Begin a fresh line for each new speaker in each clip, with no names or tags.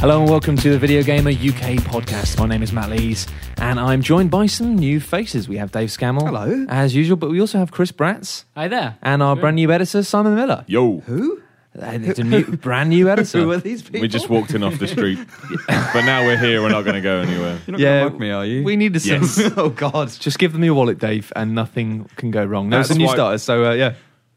Hello and welcome to the Video Gamer UK podcast. My name is Matt Lees and I'm joined by some new faces. We have Dave Scammell.
Hello.
As usual, but we also have Chris Bratz
Hi there.
and our brand new editor, Simon Miller.
Yo,
Who?
And It's a new, brand new editor.
Who are these people?
we just walked in off the street, but now we're here. We're not going to go anywhere.
You're not
Yeah.
gonna mug me, are you?
We need to send.
Yes.
oh God!
Just give them your wallet, Dave, and nothing can go wrong. No, it's a
That's
new
why-
starter, so uh, yeah.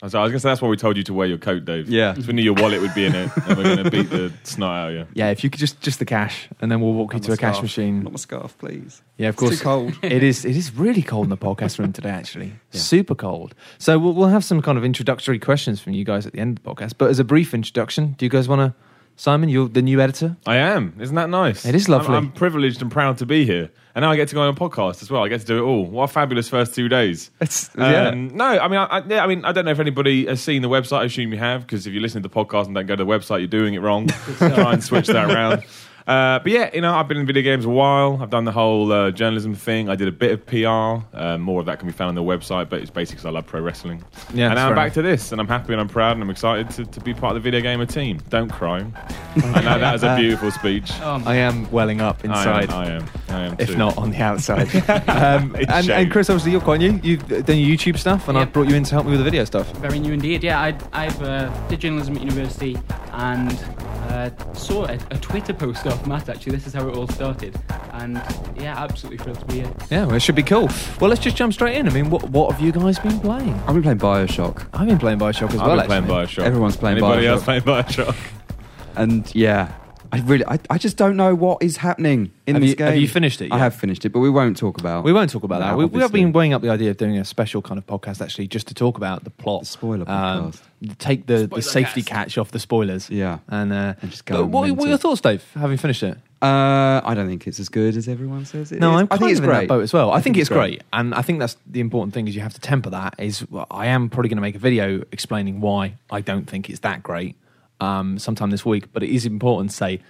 So I was going to say that's why we told you to wear your coat, Dave.
Yeah.
'Cause we knew your wallet would be in it, and we're going to beat the snot out of you.
Yeah, if you could just just the cash, and then we'll walk you
Not
to
my
a cash
scarf.
machine.
Not my scarf, please.
Yeah, of
It's
course.
too cold.
it is. It is really cold in the podcast room today. Actually, super cold. So we'll, we'll have some kind of introductory questions from you guys at the end of the podcast. But as a brief introduction, do you guys want to? Simon, you're the new editor.
I am. Isn't that nice?
It is lovely.
I'm, I'm privileged and proud to be here, and now I get to go on a podcast as well. I get to do it all. What a fabulous first two days.
It's
Um, no, I mean, I, I, yeah, I mean, I don't know if anybody has seen the website. I assume you have, because if you listen to the podcast and don't go to the website, you're doing it wrong.
uh,
Try and switch that around. Uh, but yeah, you know, I've been in video games a while. I've done the whole uh, journalism thing. I did a bit of PR. Uh, more of that can be found on the website, but it's basically 'cause I love pro wrestling.
Yeah, that's
and now
fair
I'm
enough.
back to this, and I'm happy and I'm proud and I'm excited to, to be part of the video gamer team. Don't cry. I know that is a beautiful speech.
Oh, my-
I am welling up
I
inside.
am. I am. I am
If
too.
not on the outside, um,
It's
and,
shame.
and Chris, obviously you're quite new. You've done your YouTube stuff, and
Yep.
I've brought you in to help me with the video stuff.
very new indeed. Yeah, I I've uh, did journalism at university and uh, saw a, a Twitter post off Matt. Actually, this is how it all started. And yeah, absolutely thrilled to be here.
Yeah, well, it should be cool. Well, let's just jump straight in. I mean, what what have you guys been playing?
I've been playing Bioshock,
I've been playing Bioshock as
I've
well.
been playing
actually.
Bioshock.
Everyone's playing
Anybody
Bioshock.
else playing Bioshock?
and yeah, I really, I, I just don't know what is happening in
Have
this
you-
game.
have you finished it yet?
I have finished it, but we won't talk about.
We won't talk about that.
No,
We, we have
obviously.
been weighing up the idea of doing a special kind of podcast, actually, just to talk about the plot. um,
Spoiler
take the, the
Spoiler
safety
cast.
catch off the spoilers.
Yeah.
And, uh,
And just go
but
and
what,
mint
what are your
it.
thoughts, Dave, having finished it?
Uh, I don't think it's as good as everyone says it
No,
is.
I'm
I
kind
think it's
of in
great.
that boat as well. I, think, it's great. and I think that's the important thing is you have to temper that. Is well, I am probably going to make a video explaining why I don't think it's that great um, sometime this week. But it is important to say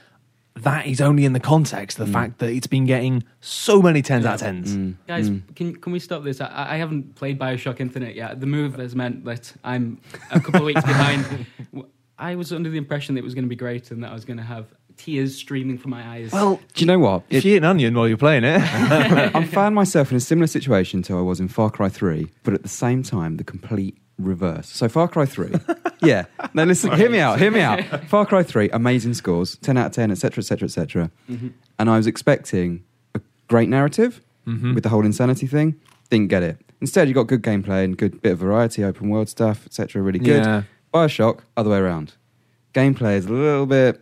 that is only in the context
Mm.
of the fact that it's been getting so many tens out of tens.
Guys, can can we stop this? I, I haven't played Bioshock Infinite yet. The move has meant that I'm a couple of weeks behind. W- I was under the impression that it was going to be great and that I was going to have tears streaming from my eyes.
Well, do you know what?
If you eat an onion while you're playing it.
I found myself in a similar situation to I was in Far Cry 3, but at the same time, the complete reverse. So Far Cry 3, yeah. Now listen, hear me out, hear me out. Far Cry 3, amazing scores, 10 out of 10, etc., etc., etc.
Mm-hmm.
And I was expecting a great narrative
Mm-hmm.
with the whole insanity thing. Didn't get it. Instead, you got good gameplay and good bit of variety, open world stuff, etc. Really good.
Yeah.
Bioshock, other way around. Gameplay is a little bit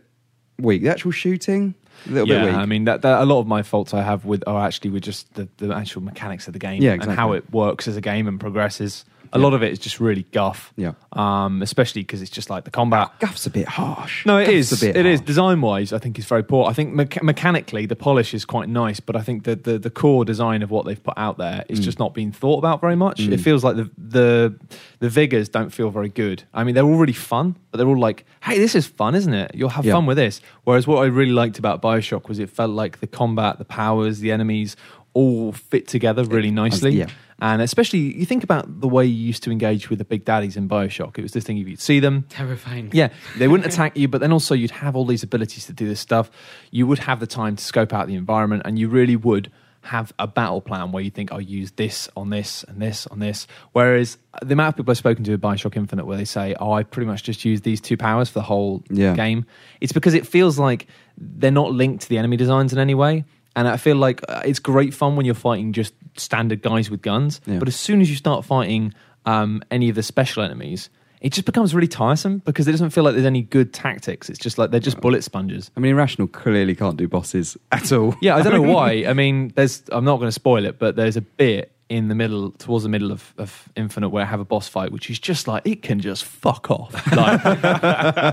weak. The actual shooting, a little
yeah,
bit weak.
I mean that, that a lot of my faults I have with are actually with just the, the actual mechanics of the game
Yeah,
and how
exactly.
it works as a game and progresses. A
Yeah.
lot of it is just really guff.
Yeah.
Um, especially because it's just like the combat.
Guff's a bit harsh.
No, it
Guff's
is.
A bit
It is
harsh.
design wise. I think it's very poor. I think mecha- mechanically the polish is quite nice, but I think the, the the core design of what they've put out there
Mm.
is just not being thought about very much. It feels like the the the vigors don't feel very good. I mean, they're all really fun, but they're all like, "Hey, this is fun, isn't it? You'll have
Yeah.
fun with this." Whereas what I really liked about Bioshock was it felt like the combat, the powers, the enemies all fit together really nicely.
yeah.
And especially, you think about the way you used to engage with the big daddies in Bioshock. It was this thing if you'd see them,
terrifying.
yeah, they wouldn't attack you, but then also you'd have all these abilities to do this stuff. You would have the time to scope out the environment, and you really would have a battle plan where you think, I'll use this on this and this on this. Whereas the amount of people I've spoken to at Bioshock Infinite where they say, Oh, I pretty much just use these two powers for the whole
Yeah.
game, it's because it feels like they're not linked to the enemy designs in any way. And I feel like uh, it's great fun when you're fighting just standard guys with guns,
Yeah.
but as soon as you start fighting um, any of the special enemies, it just becomes really tiresome because it doesn't feel like there's any good tactics. It's just like they're just bullet sponges.
I mean, Irrational clearly can't do bosses at all.
Yeah, I don't know why. I mean, there's I'm not going to spoil it, but there's a bit in the middle, towards the middle of, of Infinite, where I have a boss fight, which is just like it can just fuck off. Like, it,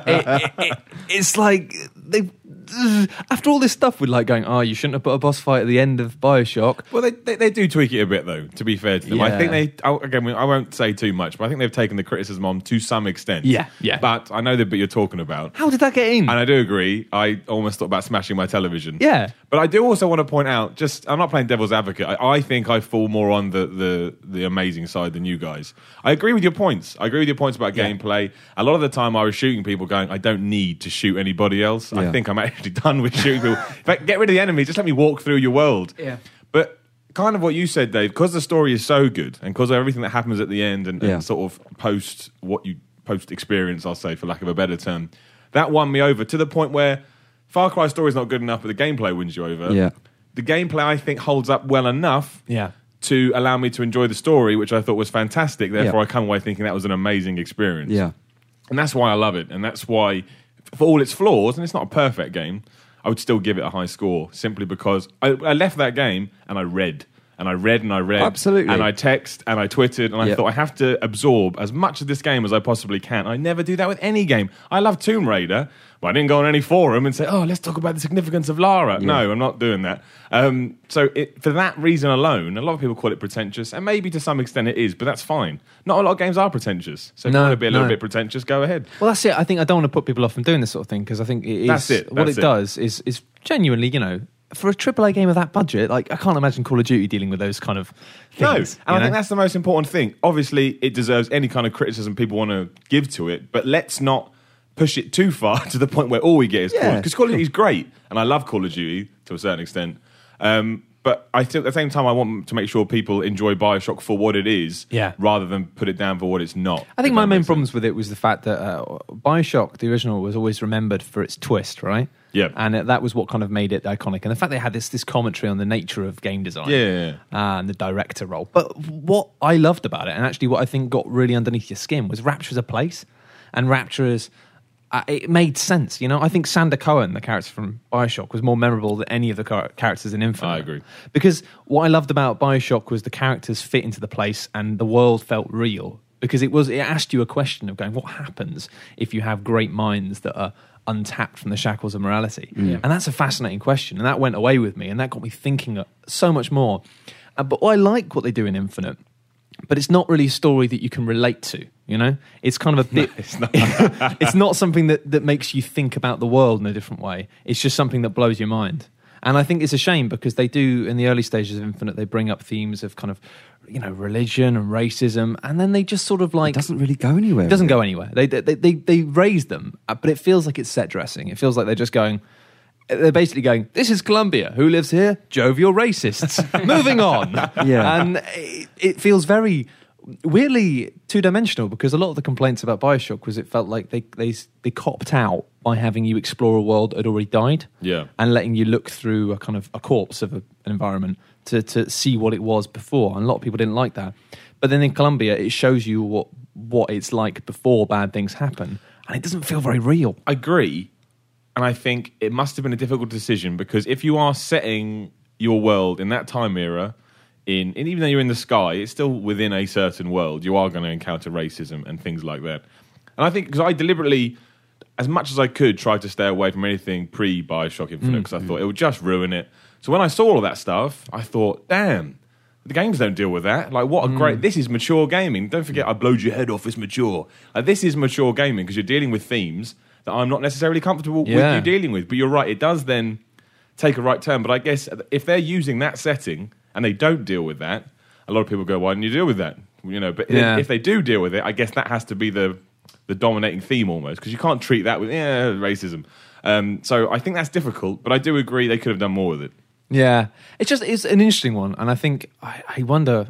it, it, it's like they. After all this stuff, we're like going, "Oh, you shouldn't have put a boss fight at the end of Bioshock."
Well, they, they, they do tweak it a bit, though. To be fair to them, I think
Yeah.
they I- again. we- I won't say too much, but I think they've taken the criticism on to some extent.
Yeah, yeah.
But I know the bit you're talking about,
How did that get in?
and I do agree. I almost thought about smashing my television.
Yeah.
but I do also want to point out. Just I'm not playing devil's advocate. I, I think I fall more on the, the the amazing side than you guys. I agree with your points. I agree with your points about gameplay. A lot of the time, I was shooting people, going, "I don't need to shoot anybody else. I
Yeah.
think I'm at, actually done with shooting people. In fact, get rid of the enemy. Just let me walk through your world.
Yeah.
But kind of what you said, Dave, because the story is so good, and because of everything that happens at the end, and,
Yeah.
and sort of post what you post experience, I'll say, for lack of a better term, that won me over to the point where Far Cry story is not good enough, but the gameplay wins you over.
Yeah.
The gameplay I think holds up well enough
Yeah.
to allow me to enjoy the story, which I thought was fantastic. Therefore,
Yeah.
I come away thinking that was an amazing experience.
Yeah.
And that's why I love it. And that's why, for all its flaws, and it's not a perfect game, I would still give it a high score simply because I, I left that game and I read. And I read and I read.
Absolutely.
And I text and I tweeted and I
Yeah.
thought I have to absorb as much of this game as I possibly can. I never do that with any game. I love Tomb Raider, but I didn't go on any forum and say, oh, let's talk about the significance of Lara. No, I'm not doing that. Um, so, it, for that reason alone, a lot of people call it pretentious, and maybe to some extent it is, but that's fine. Not a lot of games are pretentious. So, if
No,
you want to be a little
no.
bit pretentious, go ahead.
Well, that's it. I think I don't want to put people off from doing this sort of thing because I think it is
That's it.
what
That's
it,
it.
does is is genuinely, you know, for a AAA game of that budget, like I can't imagine Call of Duty dealing with those kind of
No, and
things. you
I think
know?
that's the most important thing. Obviously, it deserves any kind of criticism people want to give to it, but let's not push it too far to the point where all we get is Call
Yeah.
because Call of Duty is great, and I love Call of Duty to a certain extent. Um, but I think at the same time, I want to make sure people enjoy Bioshock for what it is,
Yeah.
rather than put it down for what it's not.
I think
if
my
that
main
makes sense.
problems with it was the fact that uh, Bioshock, the original, was always remembered for its twist, right?
Yeah.
and it, that was what kind of made it iconic. And the fact they had this this commentary on the nature of game design, Uh,
Yeah, yeah,
and the director role. But what I loved about it, and actually what I think got really underneath your skin, was Rapture as a place, and Rapture as uh, it made sense. You know, I think Sander Cohen, the character from Bioshock, was more memorable than any of the char- characters in Infinite.
I agree.
Because what I loved about Bioshock was the characters fit into the place and the world felt real. Because it was it asked you a question of going, what happens if you have great minds that are untapped from the shackles of morality? And that's a fascinating question. And that went away with me and that got me thinking so much more. Uh, but I like what they do in Infinite, but it's not really a story that you can relate to. You know, it's kind of a bit. it's, not. something that, that makes you think about the world in a different way. It's just something that blows your mind. And I think it's a shame because they do in the early stages of Infinite, they bring up themes of kind of, you know, religion and racism, and then they just sort of
It
like
doesn't really go anywhere.
it doesn't go anywhere. They they they, they raise them, uh, but it feels like it's set dressing. It feels like they're just going. They're basically going. This is Colombia. Who lives here? Jovial racists. Moving on.
Yeah.
and it, it feels very weirdly two dimensional because a lot of the complaints about Bioshock was it felt like they they they copped out by having you explore a world that had already died.
Yeah.
and letting you look through a kind of a corpse of a, an environment to to see what it was before. And a lot of people didn't like that. But then in Colombia, it shows you what what it's like before bad things happen, and it doesn't feel very real.
I agree, and I think it must have been a difficult decision because if you are setting your world in that time era, in and even though you're in the sky, it's still within a certain world. You are going to encounter racism and things like that. And I think because I deliberately, as much as I could, tried to stay away from anything pre Bioshock Infinite because I thought it would just ruin it. So when I saw all that stuff, I thought, damn. The games don't deal with that. Like, what a
Hmm.
great! This is mature gaming. Don't forget, I blowed your head off. It's mature. Like, this is mature gaming because you're dealing with themes that I'm not necessarily comfortable with
Yeah.
you dealing with. But you're right; it does then take a right turn. But I guess if they're using that setting and they don't deal with that, a lot of people go, "Why didn't you deal with that?" You know. But
Yeah.
if they do deal with it, I guess that has to be the the dominating theme almost because you can't treat that with yeah racism. Um, so I think that's difficult, but I do agree they could have done more with it.
Yeah, it's just it's an interesting one, and I think I, I wonder.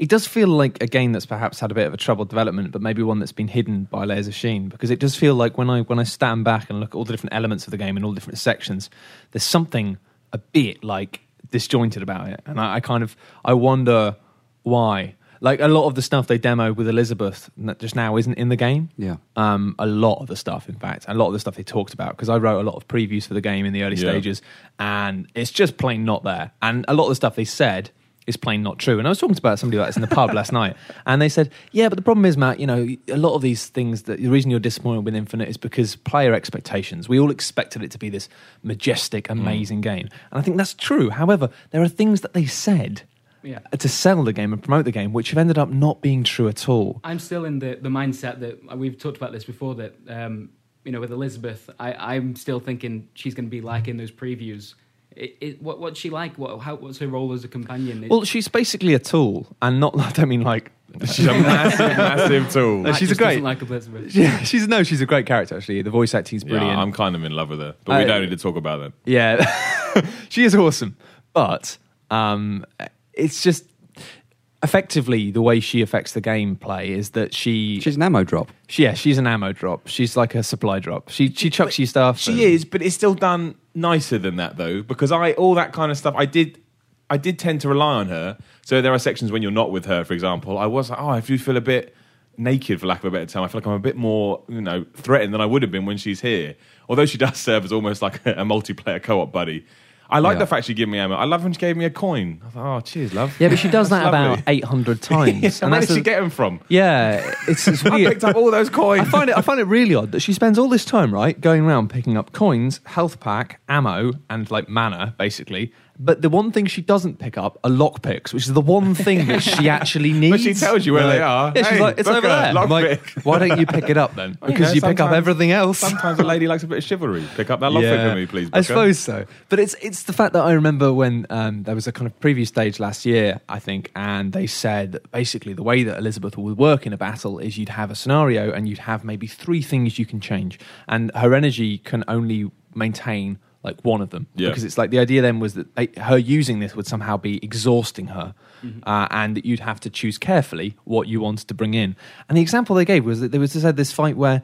It does feel like a game that's perhaps had a bit of a troubled development, but maybe one that's been hidden by layers of sheen. Because it does feel like when I when I stand back and look at all the different elements of the game and all the different sections, there's something a bit like disjointed about it, and I, I kind of I wonder why. Like a lot of the stuff they demoed with Elizabeth n- just now isn't in the game.
Yeah.
Um, a lot of the stuff, in fact, a lot of the stuff they talked about because I wrote a lot of previews for the game in the early
Yeah.
stages, and it's just plain not there. And a lot of the stuff they said is plain not true. And I was talking about somebody about this in the pub last night, and they said, "Yeah, but the problem is, Matt, you know, a lot of these things that the reason you're disappointed with Infinite is because player expectations. We all expected it to be this majestic, amazing game, and I think that's true. However, there are things that they said."
Yeah.
To sell the game and promote the game, which have ended up not being true at all.
I'm still in the, the mindset that uh, we've talked about this before that, um, you know, with Elizabeth, I, I'm still thinking she's going to be like in those previews. It, it, what, what's she like? What, how, what's her role as a companion? It-
Well, she's basically a tool, and not. I don't mean like
She's a massive, massive tool.
No,
Matt
she's a
just
great-
doesn't Like Elizabeth.
Yeah, she's no, she's a great character actually. The voice acting's
Yeah,
brilliant.
I'm kind of in love with her, but we
Uh,
don't need to talk about that.
Yeah, she is awesome, but um, it's just effectively the way she affects the gameplay is that she,
She's an ammo drop.
she- yeah, she's an ammo drop. She's like a supply drop. She she chucks you stuff. and-
She is, but it's still done nicer than that though, because I all that kind of stuff I did I did tend to rely on her. So there are sections when you're not with her, for example, I was like, oh, I do feel a bit naked for lack of a better term. I feel like I'm a bit more, you know, threatened than I would have been when she's here. Although she does serve as almost like a, a multiplayer co-op buddy. I like
Yeah.
the fact she gave me ammo. I love when she gave me a coin. I thought, oh, cheers, love.
Yeah, but she does that about
lovely.
eight hundred times.
and where did
the-
she get them from?
Yeah, it's, it's
I
weird.
picked up all those coins.
I find it. I find it really odd that she spends all this time, right, going around picking up coins, health pack, ammo, and like mana, basically. But the one thing she doesn't pick up are lockpicks, which is the one thing that she actually needs.
she tells you where
Like,
they are.
Yeah, she's
Hey,
like, it's
look
over
at
there. I'm like,
lockpick.
why don't you pick it up then? Because
know,
you pick up
sometimes-
everything else.
Sometimes a lady likes a bit of chivalry. Pick up that lockpick for me, please.
I
Booker.
suppose so. But it's it's the fact that I remember when um, there was a kind of preview stage last year, I think, and they said that basically the way that Elizabeth would work in a battle is you'd have a scenario and you'd have maybe three things you can change, and her energy can only maintain like one of them
Yeah.
because it's like the idea then was that they, her using this would somehow be exhausting her
Mm-hmm.
uh, and that you'd have to choose carefully what you wanted to bring in and the example they gave was that there was this, had this fight where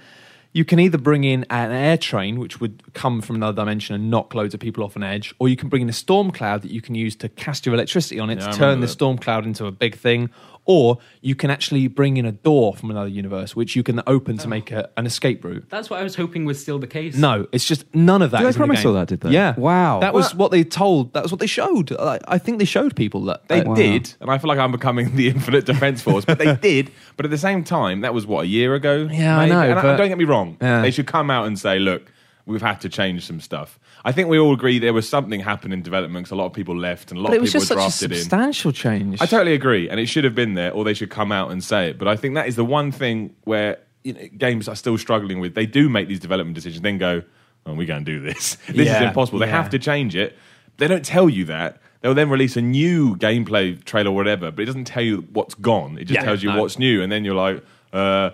you can either bring in an air train which would come from another dimension and knock loads of people off an edge or you can bring in a storm cloud that you can use to cast your electricity on it
Yeah,
to
I remember
turn the
that.
storm cloud into a big thing or you can actually bring in a door from another universe which you can open
Oh.
to make a, an escape route
That's what I was hoping was still the case.
no, it's just none of that.
Did they
is in the
promise
game.
all that, did they?
Yeah.
Wow.
That was what they told. That was what they showed. I, I think they showed people that
They
uh,
did, and I feel like I'm becoming the Infinite Defense Force, but they did. But at the same time, that was what a year ago.
Yeah, I know,
And
but-
don't get me wrong;
Yeah.
they should come out and say, "Look, we've had to change some stuff." I think we all agree there was something happened in development 'cause a lot of people left and a lot
But it
of
was
people
just such
were
a
drafted in.
substantial change.
I totally agree, and it should have been there, or they should come out and say it. But I think that is the one thing where you know, games are still struggling with. They do make these development decisions, then go, "Oh, we're going to do this. this is
Yeah,
impossible." They
yeah.
have to change it. They don't tell you that. They'll then release a new gameplay trailer, or whatever, but it doesn't tell you what's gone. It just
Yeah,
tells you
no.
what's new, and then you're like, uh,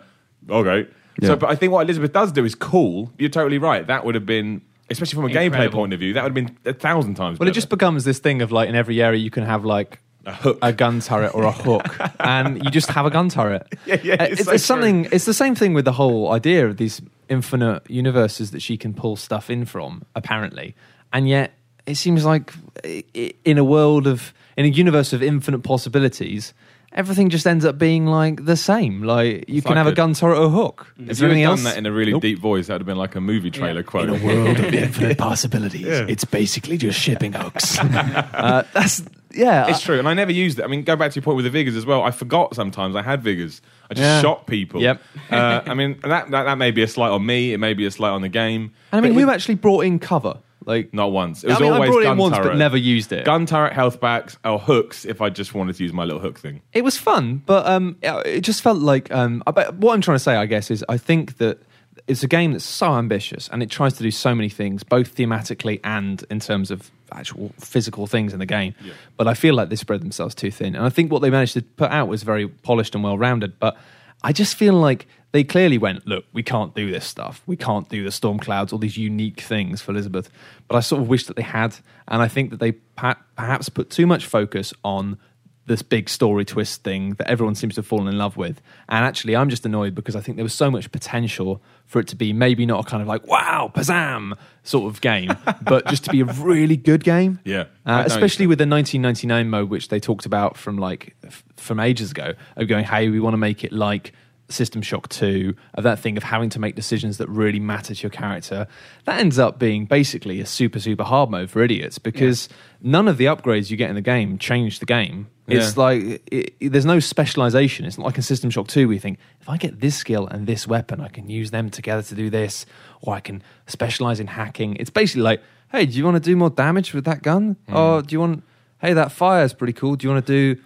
"Okay." So,
Yeah.
but I think what Elizabeth does do is cool. You're totally right. That would have been, especially from a gameplay
Incredible.
point of view, that would have been a thousand times.
well, it
better.
just becomes this thing of like in every area you can have like
A hook.
a gun turret, or a hook, and you just have a gun turret.
Yeah, yeah,
Uh,
it's
It's,
so
it's
true.
something. It's the same thing with the whole idea of these infinite universes that she can pull stuff in from, apparently, and yet it seems like i- i- in a world of in a universe of infinite possibilities. Everything just ends up being like the same. Like you
It's
can
like
have a
a-
gun turret or a hook.
If
Is
you
there
had
anything
done
else?
that in a really
Nope.
deep voice, that would have been like a movie trailer quote.
world of infinite possibilities, it's basically just shipping hooks. uh, that's yeah.
It's true, and I never used it. I mean, go back to your point with the vigors as well. I forgot sometimes I had vigors. I just
Yeah.
shot people.
Yep.
Uh, I mean, and that, that that may be a slight on me. It may be a slight on the game.
And I mean,
But
who
it-
actually brought in cover? Like
Not once. It was
I mean,
always
I brought it
gun
in once,
turret.
but never used it.
Gun turret, health backs, or hooks. If I just wanted to use my little hook thing,
It was fun, but um, it just felt like um, I bet, what I'm trying to say, I guess, is I think that it's a game that's so ambitious and it tries to do so many things, both thematically and in terms of actual physical things in the game.
Yeah.
But I feel like they spread themselves too thin, and I think what they managed to put out was very polished and well-rounded. But I just feel like they clearly went, look, we can't do this stuff. We can't do the storm clouds, all these unique things for Elizabeth. But I sort of wish that they had, and I think that they pa- perhaps put too much focus on this big story twist thing that everyone seems to have fallen in love with. And actually, I'm just annoyed because I think there was so much potential for it to be maybe not a kind of like, wow, Pazam sort of game, but just to be a really good game.
Yeah. I
Uh,
don't
especially with the 1999 mode, which they talked about from like f- from ages ago, of going, hey, we want to make it like System Shock 2, of that thing of having to make decisions that really matter to your character. That ends up being basically a super, super hard mode for idiots because none of the upgrades you get in the game change the game. It's
Yeah.
like it, it- there's no specialization. It's not like in System Shock 2 where you think, if I get this skill and this weapon, I can use them together to do this, or I can specialize in hacking. It's basically like, hey, do you want to do more damage with that gun? Or do you want, hey, that fire is pretty cool. Do you want to do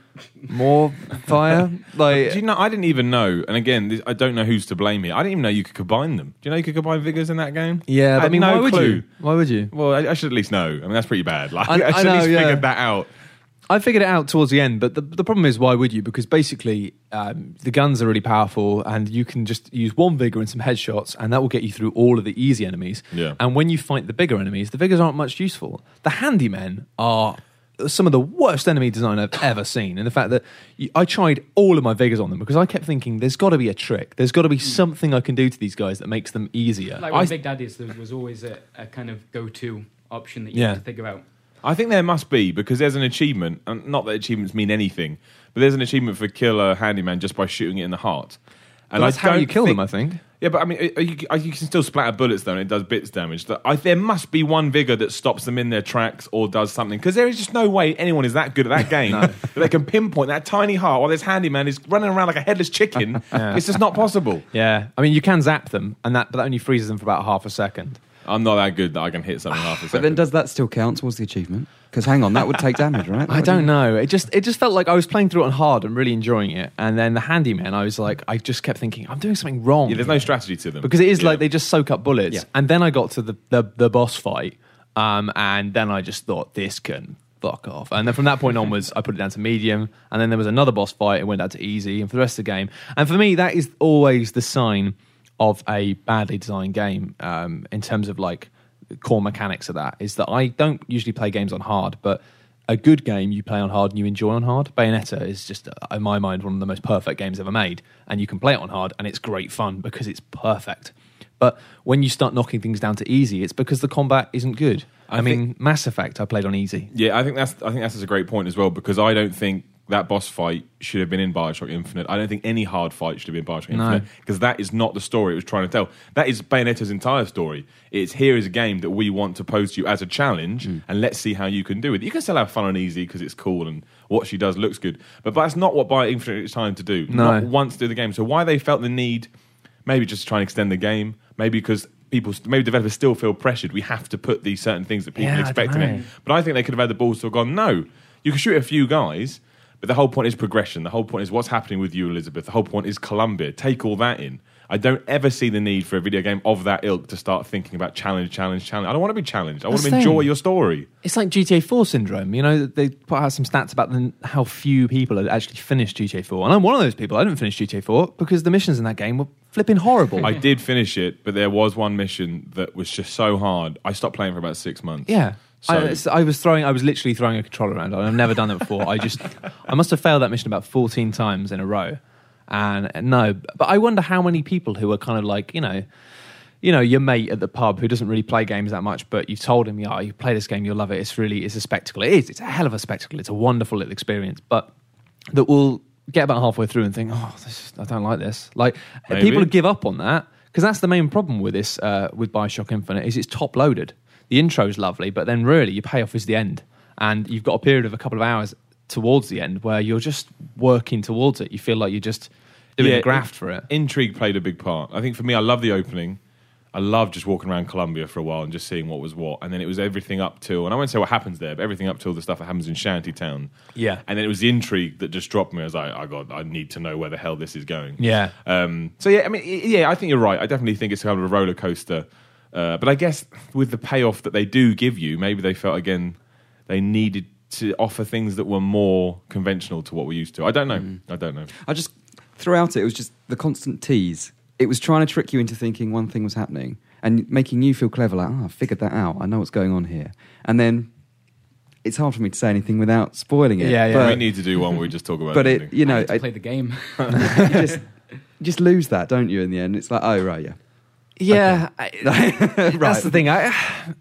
more fire? Like,
do you know? I didn't even know. And again, this, I don't know who's to blame here. I didn't even know you could combine them. Do you know you could combine vigors in that game?
yeah,
I
but I
had
mean,
no
why would
clue.
you? Why would you?
Well, I, I should at least know. I mean, that's pretty bad. Like, I,
I- I
should at
know,
least
yeah.
figured that out.
I figured it out towards the end, but the, the problem is, why would you? Because basically, um, the guns are really powerful, and you can just use one vigor and some headshots, and that will get you through all of the easy enemies.
Yeah.
And when you fight the bigger enemies, the vigors aren't much useful. The handymen are some of the worst enemy design I've ever seen. And the fact that you, I tried all of my vigors on them because I kept thinking, there's got to be a trick. There's got to
Hmm.
be something I can do to these guys that makes them easier.
Like with
I-
Big Daddies, there was always a, a kind of go-to option that you
Yeah.
had to figure out.
I think there must be because there's an achievement, and not that achievements mean anything, but there's an achievement for kill a handyman just by shooting it in the heart. And
that's
I
how
don't
you kill
think-
them, I think.
Yeah, but I mean, uh, you, uh, you can still splatter bullets though, and it does bits damage. That- I, there must be one vigor that stops them in their tracks or does something, because there is just no way anyone is that good at that game that they can pinpoint that tiny heart while this handyman is running around like a headless chicken. It's just not possible.
Yeah. I mean, you can zap them, and that, but that only freezes them for about half a second.
I'm not that good that I can hit something half a
But then
second.
does that still count towards the achievement? Because hang on, that would take damage, right?
I don't know. It just it just felt like I was playing through it on hard and really enjoying it, and then the handyman, I was like, I just kept thinking I'm doing something wrong.
Yeah, there's no strategy to them
because it is
Yeah.
like they just soak up bullets.
Yeah.
And then I got to the the, the boss fight, um, and then I just thought this can fuck off. And then from that point onwards, I put it down to medium, and then there was another boss fight. It went down to easy, and for the rest of the game. And for me, that is always the sign of a badly designed game um, in terms of like core mechanics of that is that I don't usually play games on hard, but a good game you play on hard and you enjoy on hard. Bayonetta is just, uh, in my mind, one of the most perfect games ever made, and you can play it on hard and it's great fun because it's perfect. But when you start knocking things down to easy, it's because the combat isn't good. I, mean, Mass Effect I played on easy.
Yeah, I think that's I think that's a great point as well because I don't think that boss fight should have been in Bioshock Infinite. I don't think any hard fight should have been Bioshock
No.
Infinite because that is not the story it was trying to tell. That is Bayonetta's entire story. It's here is a game that we want to pose to you as a challenge,
Mm.
and let's see how you can do it. You can still have fun and easy because it's cool and what she does looks good, but that's not what Bioshock Infinite is trying to do.
No.
Not once do the game. So why they felt the need, maybe just to try and extend the game, maybe because people, maybe developers still feel pressured. We have to put these certain things that people
Yeah, I
expect in
dunno.
it. But I think they could have had the balls to have gone, no, you can shoot a few guys, but the whole point is progression. The whole point is what's happening with you, Elizabeth. The whole point is Columbia. Take all that in. I don't ever see the need for a video game of that ilk to start thinking about challenge, challenge, challenge. I don't want to be challenged. I want
That's
to
the
enjoy
thing.
your story.
It's like GTA 4 syndrome. You know, they put out some stats about the, how few people had actually finished GTA 4. And I'm one of those people. I didn't finish GTA 4 because the missions in that game were flipping horrible.
I did finish it, but there was one mission that was just so hard. I stopped playing for about six months.
Yeah.
So-
I, it's- I was throwing. I was literally throwing a controller around. and I've never done that before. I just, I must have failed that mission about fourteen times in a row. And and no, but I wonder how many people who are kind of like you know, you know, your mate at the pub who doesn't really play games that much, but you've told him, yeah, you play this game, you'll love it. It's really, it's a spectacle. It is. It's a hell of a spectacle. It's a wonderful little experience. But that will get about halfway through and think, oh, this, I don't like this. Like
Maybe.
people give up on that because that's the main problem with this uh, with Bioshock Infinite is it's top loaded. The intro's lovely, but then really your payoff is the end, and you've got a period of a couple of hours towards the end where you're just working towards it. You feel like you're just doing a graft for it.
Intrigue played a big part. I think for me, I love the opening. I love just walking around Colombia for a while and just seeing what was what. And then it was everything up till, and I won't say what happens there, but everything up till the stuff that happens in Shantytown.
Yeah.
And then it was the intrigue that just dropped me. I was like, I got, I need to know where the hell this is going.
Yeah.
Um, so yeah, I mean, y- yeah, I think you're right. I definitely think it's kind of a roller coaster. Uh, but I guess with the payoff that they do give you, maybe they felt again they needed to offer things that were more conventional to what we're used to. I don't know.
Mm.
I don't know.
I just throughout it, it was just the constant tease. It was trying to trick you into thinking one thing was happening and making you feel clever, like, oh, I figured that out. I know what's going on here. And then it's hard for me to say anything without spoiling it.
Yeah, yeah.
But,
we need to do one where we just talk about.
uh, but
everything.
it, you
I
know,
had to
it-
play the game.
you just you just lose that, don't you? In the end, it's like, oh right, yeah.
Yeah, that's the thing. I,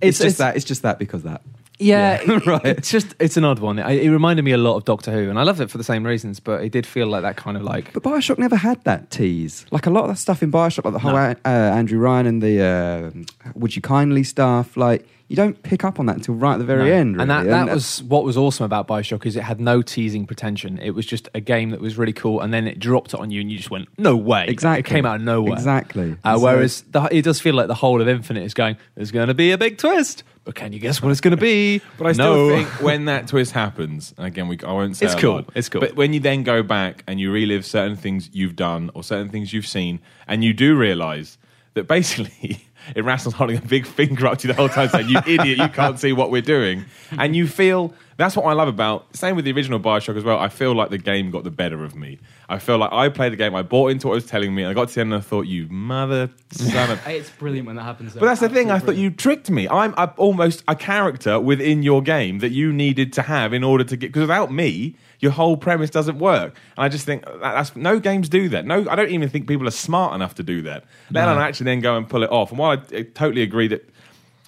It's, just that. It's just that because that.
Yeah, it-
right.
It's just it's an odd one. It, it reminded me a lot of Doctor Who, and I loved it for the same reasons. But it did feel like that kind of like
But Bioshock never had that tease. Like a lot of that stuff in Bioshock, like the whole uh, Andrew Ryan and the uh, Would You Kindly stuff, like you don't pick up on that until right at the very
No.
end.
And that,
really. uh,
that was what was awesome about Bioshock is it had no teasing pretension. It was just a game that was really cool, and then it dropped it on you, and you just went, "No way!"
Exactly.
it came out of nowhere.
Exactly.
Uh,
So-
whereas the, it does feel like the whole of Infinite is going. There's going to be a big twist, but can you guess what it's going to be?
But I still
No.
think when that twist happens, and again, we, I won't say
It's
a
cool,
lot,
it's cool.
But when you then go back and you relive certain things you've done or certain things you've seen, and you do realize that basically Erasmus holding a big finger up to you the whole time saying, You idiot, you can't see what we're doing. And you feel That's what I love about. Same with the original Bioshock as well. I feel like the game got the better of me. I feel like I played the game. I bought into what it was telling me, and I got to the end and I thought, "You mother son of."
It's brilliant when that happens.
But that's the thing. I thought you tricked me. I'm, i almost a character within your game that you needed to have in order to get. Because without me, your whole premise doesn't work. And I just think uh, that, that's no games do that. No, I don't even think people are smart enough to do that. Let alone actually then go and pull it off. And while I, I totally agree that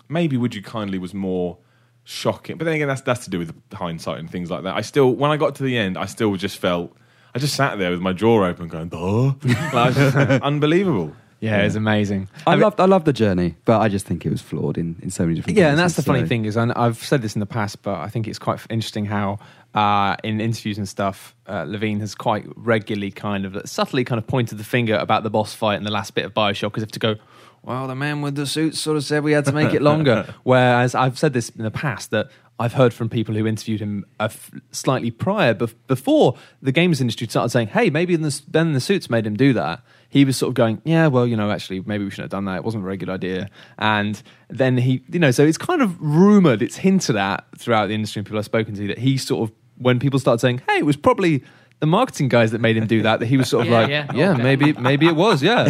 maybe Would You Kindly was more shocking, but then again, that's that's to do with hindsight and things like that. I still, when I got to the end, I still just felt. I just sat there with my jaw open, going, "Duh!" Like, I was just- unbelievable.
Yeah, it's amazing.
I loved I loved the journey, but I just think it was flawed in, in so many different.
Yeah, and that's
places,
the funny
so-
thing is, and I've said this in the past, but I think it's quite interesting how uh, in interviews and stuff, uh, Levine has quite regularly kind of subtly kind of pointed the finger about the boss fight and the last bit of Bioshock as if to go, well, the man with the suit sort of said we had to make it longer. Whereas I've said this in the past that I've heard from people who interviewed him a f- slightly prior, bef- before the games industry started saying, hey, maybe in the, s- Ben in the Suits made him do that he was sort of going, yeah, well, you know, actually, maybe we shouldn't have done that. It wasn't a very good idea. And then he, you know, so it's kind of rumored, it's hinted at throughout the industry and people I've spoken to that he sort of, when people started saying, hey, it was probably the marketing guys that made him do that, that he was sort of
Yeah,
like,
yeah.
yeah, maybe, maybe it was, yeah.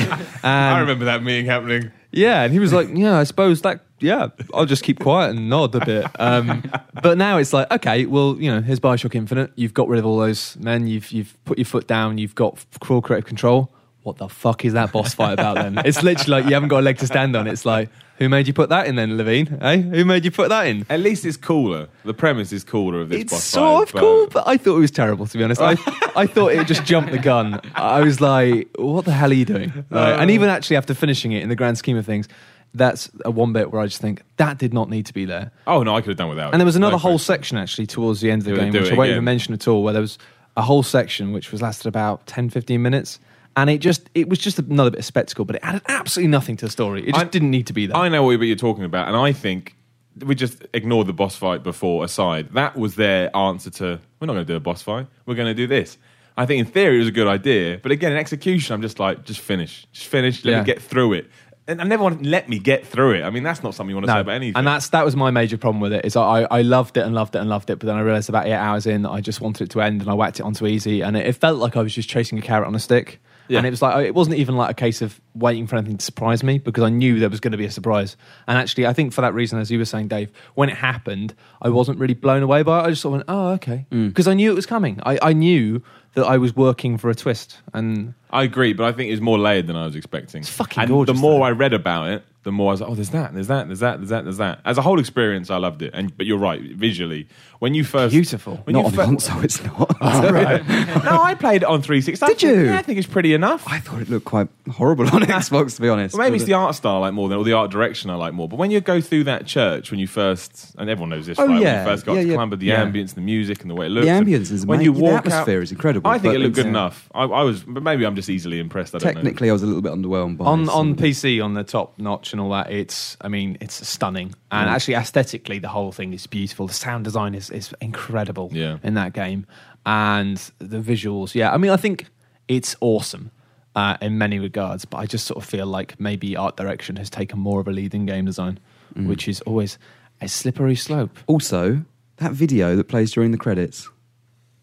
I
And
remember that meeting happening.
yeah, and he was like, yeah, I suppose that, yeah, I'll just keep quiet and nod a bit. Um, but now it's like, okay, well, you know, here's Bioshock Infinite. You've got rid of all those men. You've you've put your foot down. You've got full creative control. What the fuck is that boss fight about then? It's literally like you haven't got a leg to stand on. It's like, who made you put that in then, Levine? Eh? Who made you put that in?
At least it's cooler. The premise is cooler of this
It's
boss
sort
fight,
of cool, but I thought it was terrible to be honest. I, I thought it just jumped the gun. I was like, "What the hell are you doing?" Like,
Uh.
and even actually after finishing it, in the grand scheme of things, that's a one bit where I just think that did not need to be there.
Oh no, I could have done without. it.
And there was another
No
whole
question.
section actually towards the end of the
Do it-
game,
do
which
it
I won't
again.
even mention at all, where there was a whole section which was lasted about 10, 15 minutes. And it just it was just another bit of spectacle, but it added absolutely nothing to the story. It just
I-
didn't need to be there.
I know what you're talking about, and I think we just ignore the boss fight before aside. That was their answer to we're not going to do a boss fight. We're going to do this. I think in theory it was a good idea, but again in execution, I'm just like, just finish, just finish, let
Yeah.
me get through it. And I never want to let me get through it. I mean, that's not something you want to say about anything.
And that's that was my major problem with it. Is I, I loved it and loved it and loved it, but then I realized about eight hours in, I just wanted it to end, and I whacked it onto easy, and it, it felt like I was just chasing a carrot on a stick.
Yeah.
And it was like it wasn't even like a case of waiting for anything to surprise me because I knew there was going to be a surprise. And actually, I think for that reason, as you were saying, Dave, when it happened, I wasn't really blown away by it. I just sort of went, "Oh, okay,"
Mm.
because I knew it was coming. I, I knew that I was working for a twist, and
I agree, but I think it's more layered than I was expecting. It's
fucking
and
gorgeous,
The more
though.
I read about it, the more I was like, oh, there's that, there's that, there's that, there's that, there's that. As a whole experience, I loved it. And but you're right, visually, when you first
Beautiful.
when
Not
you
on
fir-
console, it's not.
no, I played it on 360. I
Did
think-
you?
Yeah, I think it's pretty enough.
I thought it looked quite horrible on Xbox, to be honest.
Well, maybe it's the art style I like more than or the art direction I like more. But when you go through that church when you first and everyone knows this,
Oh,
right?
yeah.
When you first got
Yeah,
to
yeah.
Clamber, the
Yeah.
ambience, the music and the way it looks.
The
and
ambience is
when
amazing.
you
The
walk
atmosphere
out,
is incredible,
I think it
but
looked good
it's-
enough. I, I was but maybe I'm just easily impressed. I don't know.
Technically, I was a little bit underwhelmed by
on
this.
on PC on the top notch and all that. It's I mean it's stunning
Mm.
and actually aesthetically the whole thing is beautiful. The sound design is is incredible
Yeah.
in that game and the visuals. Yeah, I mean I think it's awesome. Uh, in many regards, but I just sort of feel like maybe art direction has taken more of a lead in game design,
Mm.
which is always a slippery slope.
Also, that video that plays during the credits.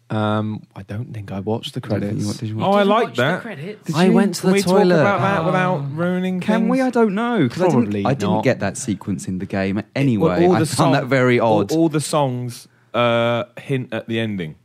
Um, I don't think I watched the
I don't think you
credits.
want- did you
Oh,
want-
I
Did you
like
watch
that.
The credits?
Did
I
you-
went to
Can
the
we
toilet.
talk about that without ruining?
Ah. Can we? I
things?
don't know. 'cause I
Probably
didn't, I didn't
not.
get that sequence in the game
Well,
anyway.
all
I
the
found
song-
that very
all-
odd.
All, the songs uh, hint at the ending,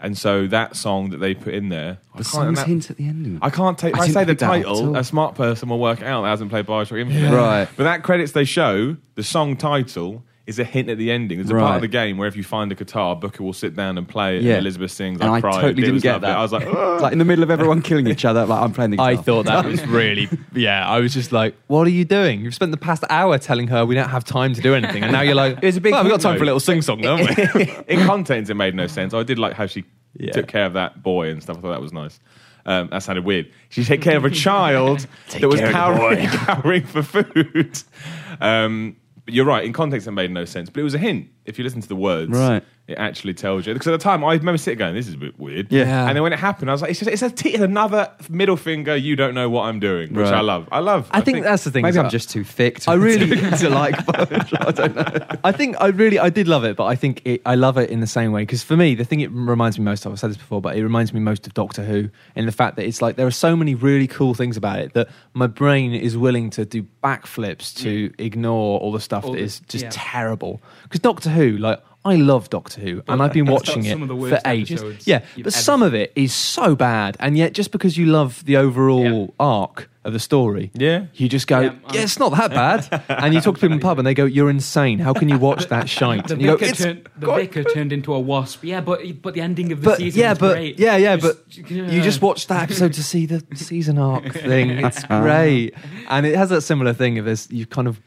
and so that song that they put in there, I
the
can't-
songs
that-
hint at the ending.
I can't take.
I
I,
didn't
say the
pick that up at all.
title. A smart person will work it out that hasn't played Bioshock Infinite.
Right.
But that credits they show the song title is a hint at the ending. There's a part
Right.
of the game where if you find a guitar, Booker will sit down and play it.
Yeah.
And Elizabeth sings.
and
I,
I
cried.
totally
It
didn't
was
get
bit.
that.
I was like,
It's like in the middle of everyone killing each other, like I'm playing the guitar.
I thought that was really, yeah. I was just like, "What are you doing? You've spent the past hour telling her we don't have time to do anything, and now you're like,
It's a big
well, we've got
hit,
time for a
though.
little sing song, don't we?"
in contents, it made no sense. I did like how she
Yeah.
took care of that boy and stuff. I thought that was nice. Um, that sounded weird. She took care of a child that was cowering, cowering for food. Um, but you're right. In context, it made no sense, but it was a hint. if you listen to the words,
Right.
it actually tells you. Because at the time, I remember sitting going, "This is a bit weird."
Yeah.
And then when it happened, I was like, "It's just it's, a t- it's another middle finger. You don't know what I'm doing," which
Right.
I love. I love.
I think that's the thing.
Maybe
is
I'm
that-
just too thick to,
I really-
to, to like Bosch. I don't know.
I think I really I did love it, but I think it, I love it in the same way because for me the thing it reminds me most of I've said this before, but it reminds me most of Doctor Who in the fact that it's like there are so many really cool things about it that my brain is willing to do backflips to ignore all the stuff
Mm. All
that
the-
is just
yeah.
terrible. Because Doctor Who, like I love Doctor Who, and I've been
uh, that's
watching
got
it
some of the
for
worst
ages.
episodes
Yeah,
you've
but
ever
some of it is so bad, and yet just because you love the overall arc of the story,
Yeah.
you just go,
Yeah,
yeah,
I'm-
it's not that bad. and you talk to people in the pub and they go, you're insane. How can you watch that shite?
The
And you go,
vicar,
it's
turned, the
quite-
vicar turned into a wasp. Yeah, but but the ending of the
but
season
yeah,
was
but
great.
yeah, yeah, but
Just-
you just watch that episode to see the season arc thing. It's great, and it has that similar thing of this. You kind of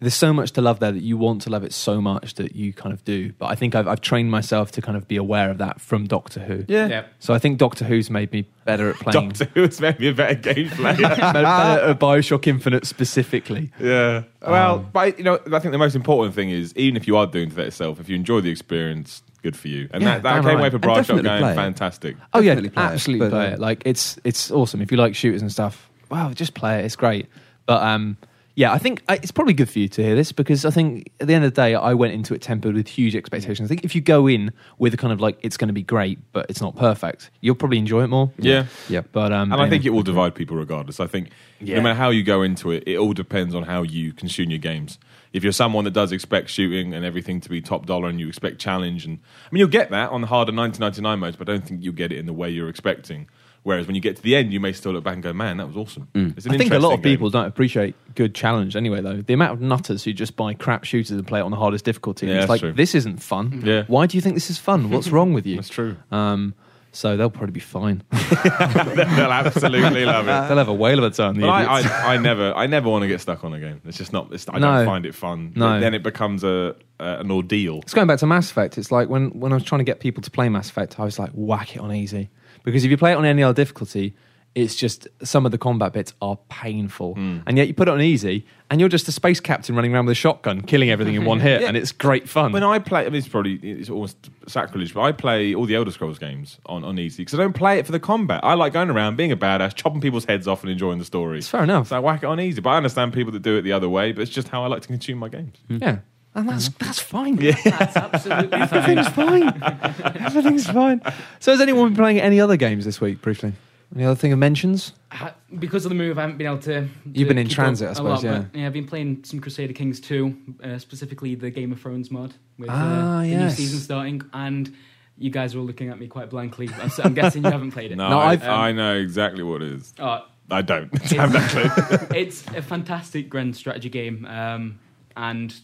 there's so much to love there that you want to love it so much that you kind of do. But I think I've, I've trained myself to kind of be aware of that from Doctor Who.
yeah.
Yeah.
So I think Doctor Who's made me better at playing.
Doctor Who has made me a better game player.
better at Bioshock Infinite specifically.
Yeah. Well,
Um,
but you know, I think the most important thing is even if you are doing it yourself, if you enjoy the experience, good for you. And
Yeah,
that, that I
damn
came away
right.
And
from Bioshock
definitely
going
play it.
fantastic.
Oh yeah,
Definitely play it,
absolutely
but,
play
uh,
it. Like it's it's awesome if you like shooters and stuff. Wow, just play it. It's great. But um, yeah, I think I, it's probably good for you to hear this because I think at the end of the day, I went into it tempered with huge expectations. I think if you go in with a kind of like it's going to be great, but it's not perfect, you'll probably enjoy it more.
Yeah.
Yeah.
But um,
And I think
anyway.
it will divide people regardless. I think
Yeah.
no matter how you go into it, it all depends on how you consume your games. If you're someone that does expect shooting and everything to be top dollar and you expect challenge, and I mean, you'll get that on the harder 1999 modes, but I don't think you'll get it in the way you're expecting. Whereas when you get to the end, you may still look back and go, man, that was awesome. It's an
Mm. I think a lot
interesting
of people don't appreciate good challenge anyway, though. The amount of nutters who just buy crap shooters and play it on the hardest difficulty. and
Yeah,
it's
that's
like,
true.
this isn't fun.
Yeah.
Why do you think this is fun? What's wrong with you?
That's true.
Um, so they'll probably be fine.
game. They'll absolutely love it.
They'll have a whale of a time. the
But I,
idiots.
I, I never, I never want to get stuck on a game. It's just not. It's, I
No.
don't find it fun.
No.
But then it becomes a, a an ordeal.
it's going back to Mass Effect. It's like when, when I was trying to get people to play Mass Effect, I was like, whack it on easy. Because if you play it on any other difficulty, it's just some of the combat bits are painful. And yet you put it on easy, and you're just a space captain running around with a shotgun, killing everything in one hit,
Yeah.
and it's great fun.
When I play, I mean, it's probably it's almost sacrilege, but I play all the Elder Scrolls games on on easy because I don't play it for the combat. I like going around being a badass, chopping people's heads off, and enjoying the story.
it's fair enough.
So I whack it on easy, but I understand people that do it the other way. But it's just how I like to consume my games.
Yeah. And that's
Uh-huh.
that's fine.
That's absolutely fine.
Everything's fine. Everything's fine. So has anyone been playing any other games this week, briefly? Any other thing of mentions?
Ha- because of the move, I haven't been able to.
You've
to
been in
keep
transit,
up
I
a
suppose, yeah.
but, yeah, I've been playing some Crusader Kings 2, uh, specifically the Game of Thrones mod with
Ah,
uh, the new
yes.
season starting, and you guys were all looking at me quite blankly. I'm, s- I'm guessing you haven't played it.
No,
Um,
No,
I,
I've- um,
I know exactly what it is.
Oh,
I don't have that clue.
it's a fantastic grand strategy game, um, and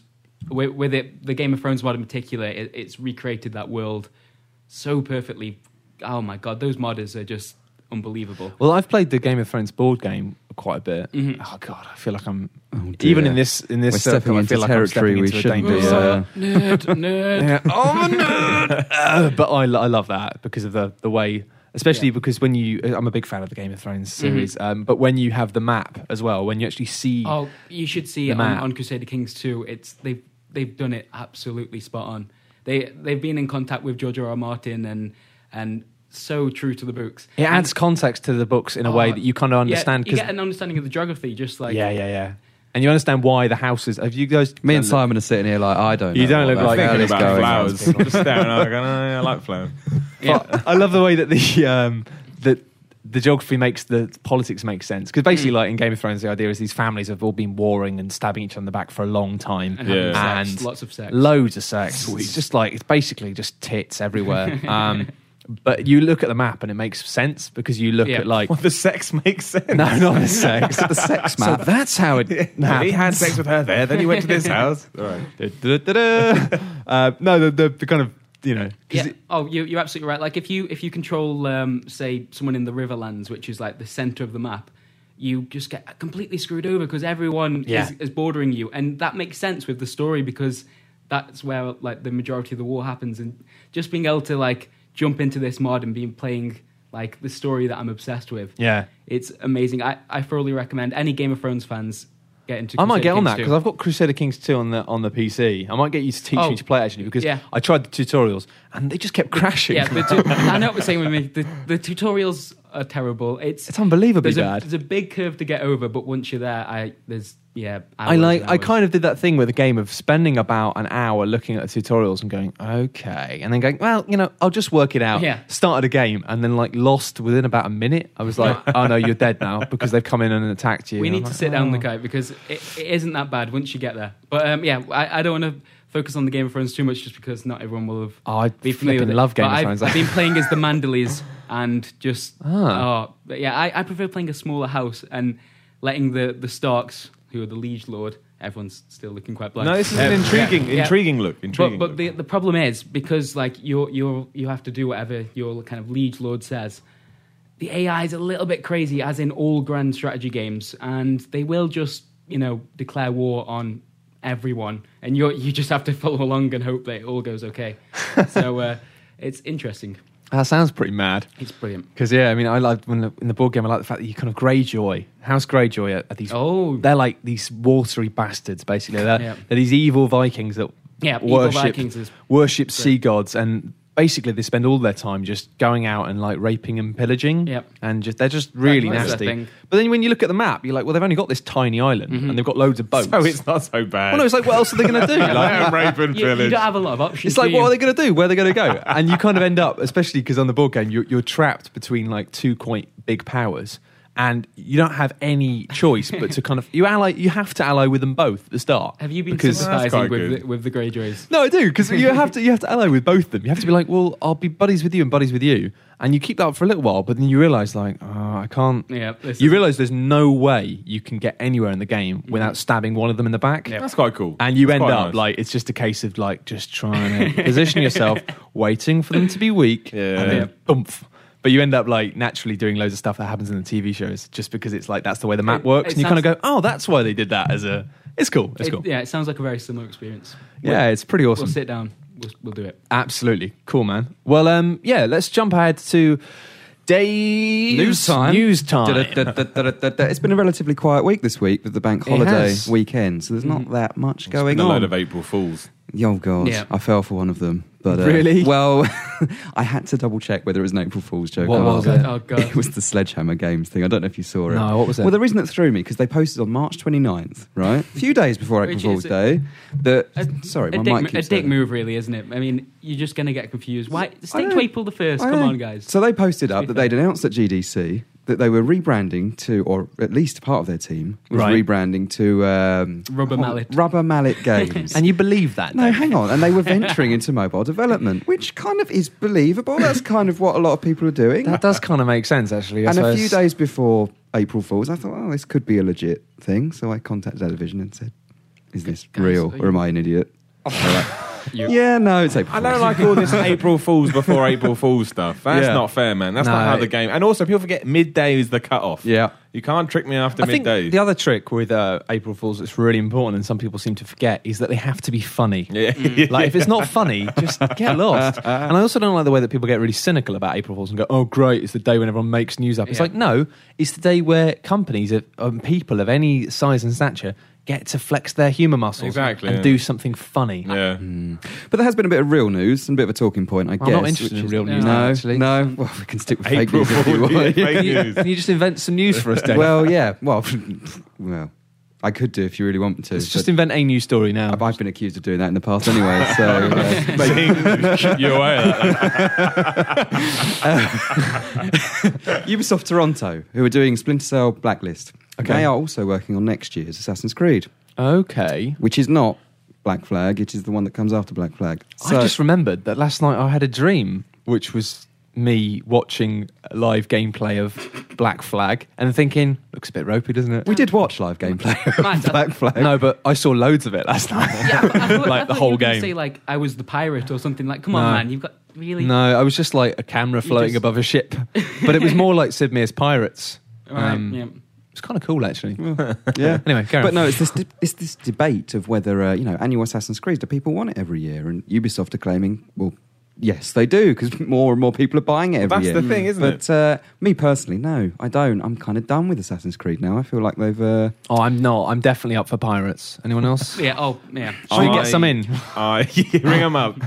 with, with it, the Game of Thrones mod in particular, it, it's recreated that world so perfectly. Oh my god, those modders are just unbelievable.
Well, I've played the Game of Thrones board game quite a bit.
Mm-hmm.
Oh god, I feel like I'm
Oh, dear.
even in this in this
We're
circle,
stepping
I
into
feel like I'm
territory
stepping into
we
a
shouldn't be.
dangerous zone.
uh,
Nerd, nerd.
Yeah. Oh, no. Uh, but I, lo- I love that because of the, the way, especially
Yeah. Mm-hmm.
because when you, I'm a big fan of the Game of Thrones series, um, but when you have the map as well, when you actually see
Oh, you should see
The
it on,
map.
on Crusader Kings 2. It's they've they've done it absolutely spot on. They they've been in contact with George R. R. Martin and and so true to the books.
It adds context to the books in a way
Oh,
that you kind of
yeah,
understand.
you get an understanding of the geography, just like
yeah, yeah, yeah. And you understand why the houses. Have you guys?
me and Simon are sitting here like I don't.
You
know
don't look
what the
like
hell
Thinking
is
about
going on.
flowers, I'm just staring at it, going, oh, yeah, I like flowers.
But I love the way that the um, that the geography makes the politics make sense because
Mm.
basically, like in Game of Thrones, the idea is these families have all been warring and stabbing each other in the back for a long time,
and having
Yeah.
sex,
And
lots of sex.
loads of sex. It's just like it's basically just tits everywhere. Um, but you look at the map and it makes sense because you look
Yeah.
at like
Well, the sex makes sense.
no, not the sex, Uh, the
sex
map. So that's how it
He
happens.
had sex with her there, then he went to this house. All right.
Da-da-da-da. uh, no, the, the the kind of you know 'cause
Yeah.
it-
oh, you, you're absolutely right. Like if you if you control, um, say, someone in the Riverlands, which is like the center of the map, you just get completely screwed over because everyone
Yeah.
is, is bordering you, and that makes sense with the story because that's where like the majority of the war happens. And just being able to like jump into this mod and being playing like the story that I'm obsessed with,
yeah.
it's amazing. I, I thoroughly recommend any Game of Thrones fans. get into.
I might
Crusader
get on
Kings
that
2.
because I've got Crusader Kings 2 on the on the PC. I might get you to teach
Oh.
me to play it, actually because
Yeah.
I tried the tutorials and they just kept crashing.
Yeah, the tu- I know what the same with me. The, the tutorials are terrible. It's
it's unbelievably
there's a,
bad.
there's a big curve to get over, but once you're there, I there's yeah.
I like. I kind of did that thing with the game of spending about an hour looking at the tutorials and going, okay, and then going, well, you know, I'll just work it out.
Yeah.
Started a game and then like lost within about a minute. I was like, oh no, you're dead now because they've come in and attacked you.
We
And I'm
need to
like,
sit down
"Oh."
the guy because it, it isn't that bad once you get there. But um, yeah, I, I don't want to focus on the Game of Thrones too much just because not everyone will have
Oh, I
be familiar with
flipping
it.
love Game
But
of
I've-
Thrones.
I've, been playing as the Mandalays and just
Ah.
oh, but yeah, I, I prefer playing a smaller house and letting the the Starks, who are the Liege Lord, everyone's still looking quite blind.
No, this is
Um,
an
yeah,
intriguing,
yeah.
intriguing look. Intriguing.
But, but the, the problem is because like you're you're you have to do whatever your kind of liege lord says. The AI is a little bit crazy, as in all grand strategy games, and they will just you know declare war on everyone, and you you just have to follow along and hope that it all goes okay. so uh, it's interesting.
That sounds pretty mad.
It's brilliant.
Because yeah, I mean, I like when the, in the board game, I like the fact that you kind of Greyjoy, House Greyjoy, are, are these.
Oh.
they're like these watery bastards, basically. They're,
Yeah.
they're these evil Vikings that
Yeah, evil
worship
Vikings is-
worship sea gods, and basically they spend all their time just going out and like raping and pillaging.
Yep.
and just they're just really
was their
nasty.
thing. Mm-hmm.
But then when you look at the map, you're like, well, they've only got this tiny island, and they've got loads of boats.
so it's not so bad.
well, no, it's like, what else are they going to do? Like,
Let 'em rape and
You, you
pillage.
don't have a lot of options.
it's like,
do you?
what are they going to do? Where are they going to go? And you kind of end up, especially because on the board game, you're, you're trapped between like two quite big powers, and you don't have any choice but to kind of you ally. You have to ally with them both at the start.
Have you been
Because-
That's quite
sympathising with
good.
the, with the Greyjoys?
no, I do because you have to. You have to ally with both of them. You have to be like, well, I'll be buddies with you and buddies with you, and you keep that up for a little while. But then you realise, like, oh, I can't.
Yeah, this
You
is-
realise there's no way you can get anywhere in the game without stabbing one of them in the back.
That's quite cool.
And you
It's
end
quite
up
nice.
like it's just a case of like just trying to position yourself, waiting for them to be weak,
Yeah.
and then
Yeah.
boomph. But you end up like naturally doing loads of stuff that happens in the TV shows just because it's like that's the way the map
It-
works,
it
and you kind of go,
sounds-
oh, that's why they did that as a. It's cool. It's
It-
cool.
Yeah, it sounds like a very similar experience.
yeah, it's pretty awesome.
We'll sit down. We'll, we'll do it.
Absolutely. Cool, man. Well, um, yeah, let's jump ahead to day
News time.
News time.
Da-da-da-da-da-da-da. It's been a relatively quiet week this week with the bank
It
holiday
has.
weekend, so there's not that much
Mm-hmm. Been
going
a
on.
load of April Fools.
Oh god,
Yeah.
I fell for one of them. But uh,
Really?
Well, I had to double check whether it was an April Fool's joke.
What
or
was
not.
it?
Oh, God.
It was the Sledgehammer Games thing. I don't know if you saw it.
No, what was it?
Well, the reason that threw me because they posted on March 29th, right, a few days before April
Which
Fool's
is a-
Day. That
A-
sorry,
a
my
dick,
mic
mo- a
keeps
dick
going.
move, really, isn't it? I mean, you're just going to get confused. Why stick to
don't-
April the first?
I
Come
know.
on, guys.
Oh, So they posted up
be
that they'd announced at GDC that they were rebranding to, or at least part of their team was
Right.
rebranding to um,
Rubber Mallet.
Rubber Mallet Games.
And you believe that?
No,
don't
hang on. And they were venturing into mobile development, which kind of is believable. That's kind of what a lot of people are doing.
you? that does kind of make sense, actually. I
and a few
suppose.
days before April Fools, I thought, oh, this could be a legit thing. So I contacted Television and said, is this
Guys,
real
are
or am I an idiot?
You-
Yeah, no, it's April
I
Fools.
don't like all this April Fools before April Fools stuff. That's
Yeah.
not fair, man. That's
No,
not how the
it-
game. And also, people forget midday is the cutoff.
Yeah.
You can't trick me after
I think
midday.
the other trick with uh, April Fools that's really important, and some people seem to forget, is that they have to be funny.
yeah.
Like if it's not funny, just get lost. And I also don't like the way that people get really cynical about April Fools and go, "Oh, great, it's the day when everyone makes news up." It's
Yeah.
like no, it's the day where companies of um, people of any size and stature get to flex their humor muscles
Exactly,
and
yeah.
do something funny.
yeah.
Hmm. But there has been a bit of real news and a bit of a talking point, I
I'm
guess.
not interested
which
in
is-
real news,
No,
actually.
no. Well, we can stick with fake
April
news if you
Fools. yeah,
want.
fake news.
Can you just invent some news for us, Dave?
well, yeah. Well, well, I could do if you really want me to.
Let's
but
just invent a new story now.
I've been accused of doing that in the past anyway, so uh,
Zing. You're away at that.
uh, Ubisoft Toronto, who are doing Splinter Cell Blacklist,
Okay.
they are also working on next year's Assassin's Creed,
Okay.
which is not Black Flag. It is the one that comes after Black Flag. So,
I just remembered that last night I had a dream, which was me watching live gameplay of Black Flag and thinking, looks a bit ropey, doesn't it?
we did watch live gameplay
Matt,
of
I-
Black Flag.
No, but I saw loads of it last night.
Yeah, but I thought,
Like
I
the
thought you
whole
were gonna
game.
Say like I was the pirate or something. Like, come
No.
on, man, you've got really.
No, I was just like a camera floating
just-
above a ship, but it was more like Sid Meier's Pirates.
Right,
Um,
yeah.
It's kind of cool, actually.
yeah.
Anyway, carry
But
on.
no, it's this de- it's this debate of whether uh, you know annual Assassin's Creed. Do people want it every year? And Ubisoft are claiming, well, Yes, they do because more and more people are buying it every
That's
year.
the thing, isn't
but, uh, me personally, no, I don't. I'm kind of done with Assassin's Creed now. I feel like they've. Uh,
Oh, I'm not. I'm definitely up for pirates. Anyone else?
Yeah. Oh, yeah.
Should we get some in?
I ring them up.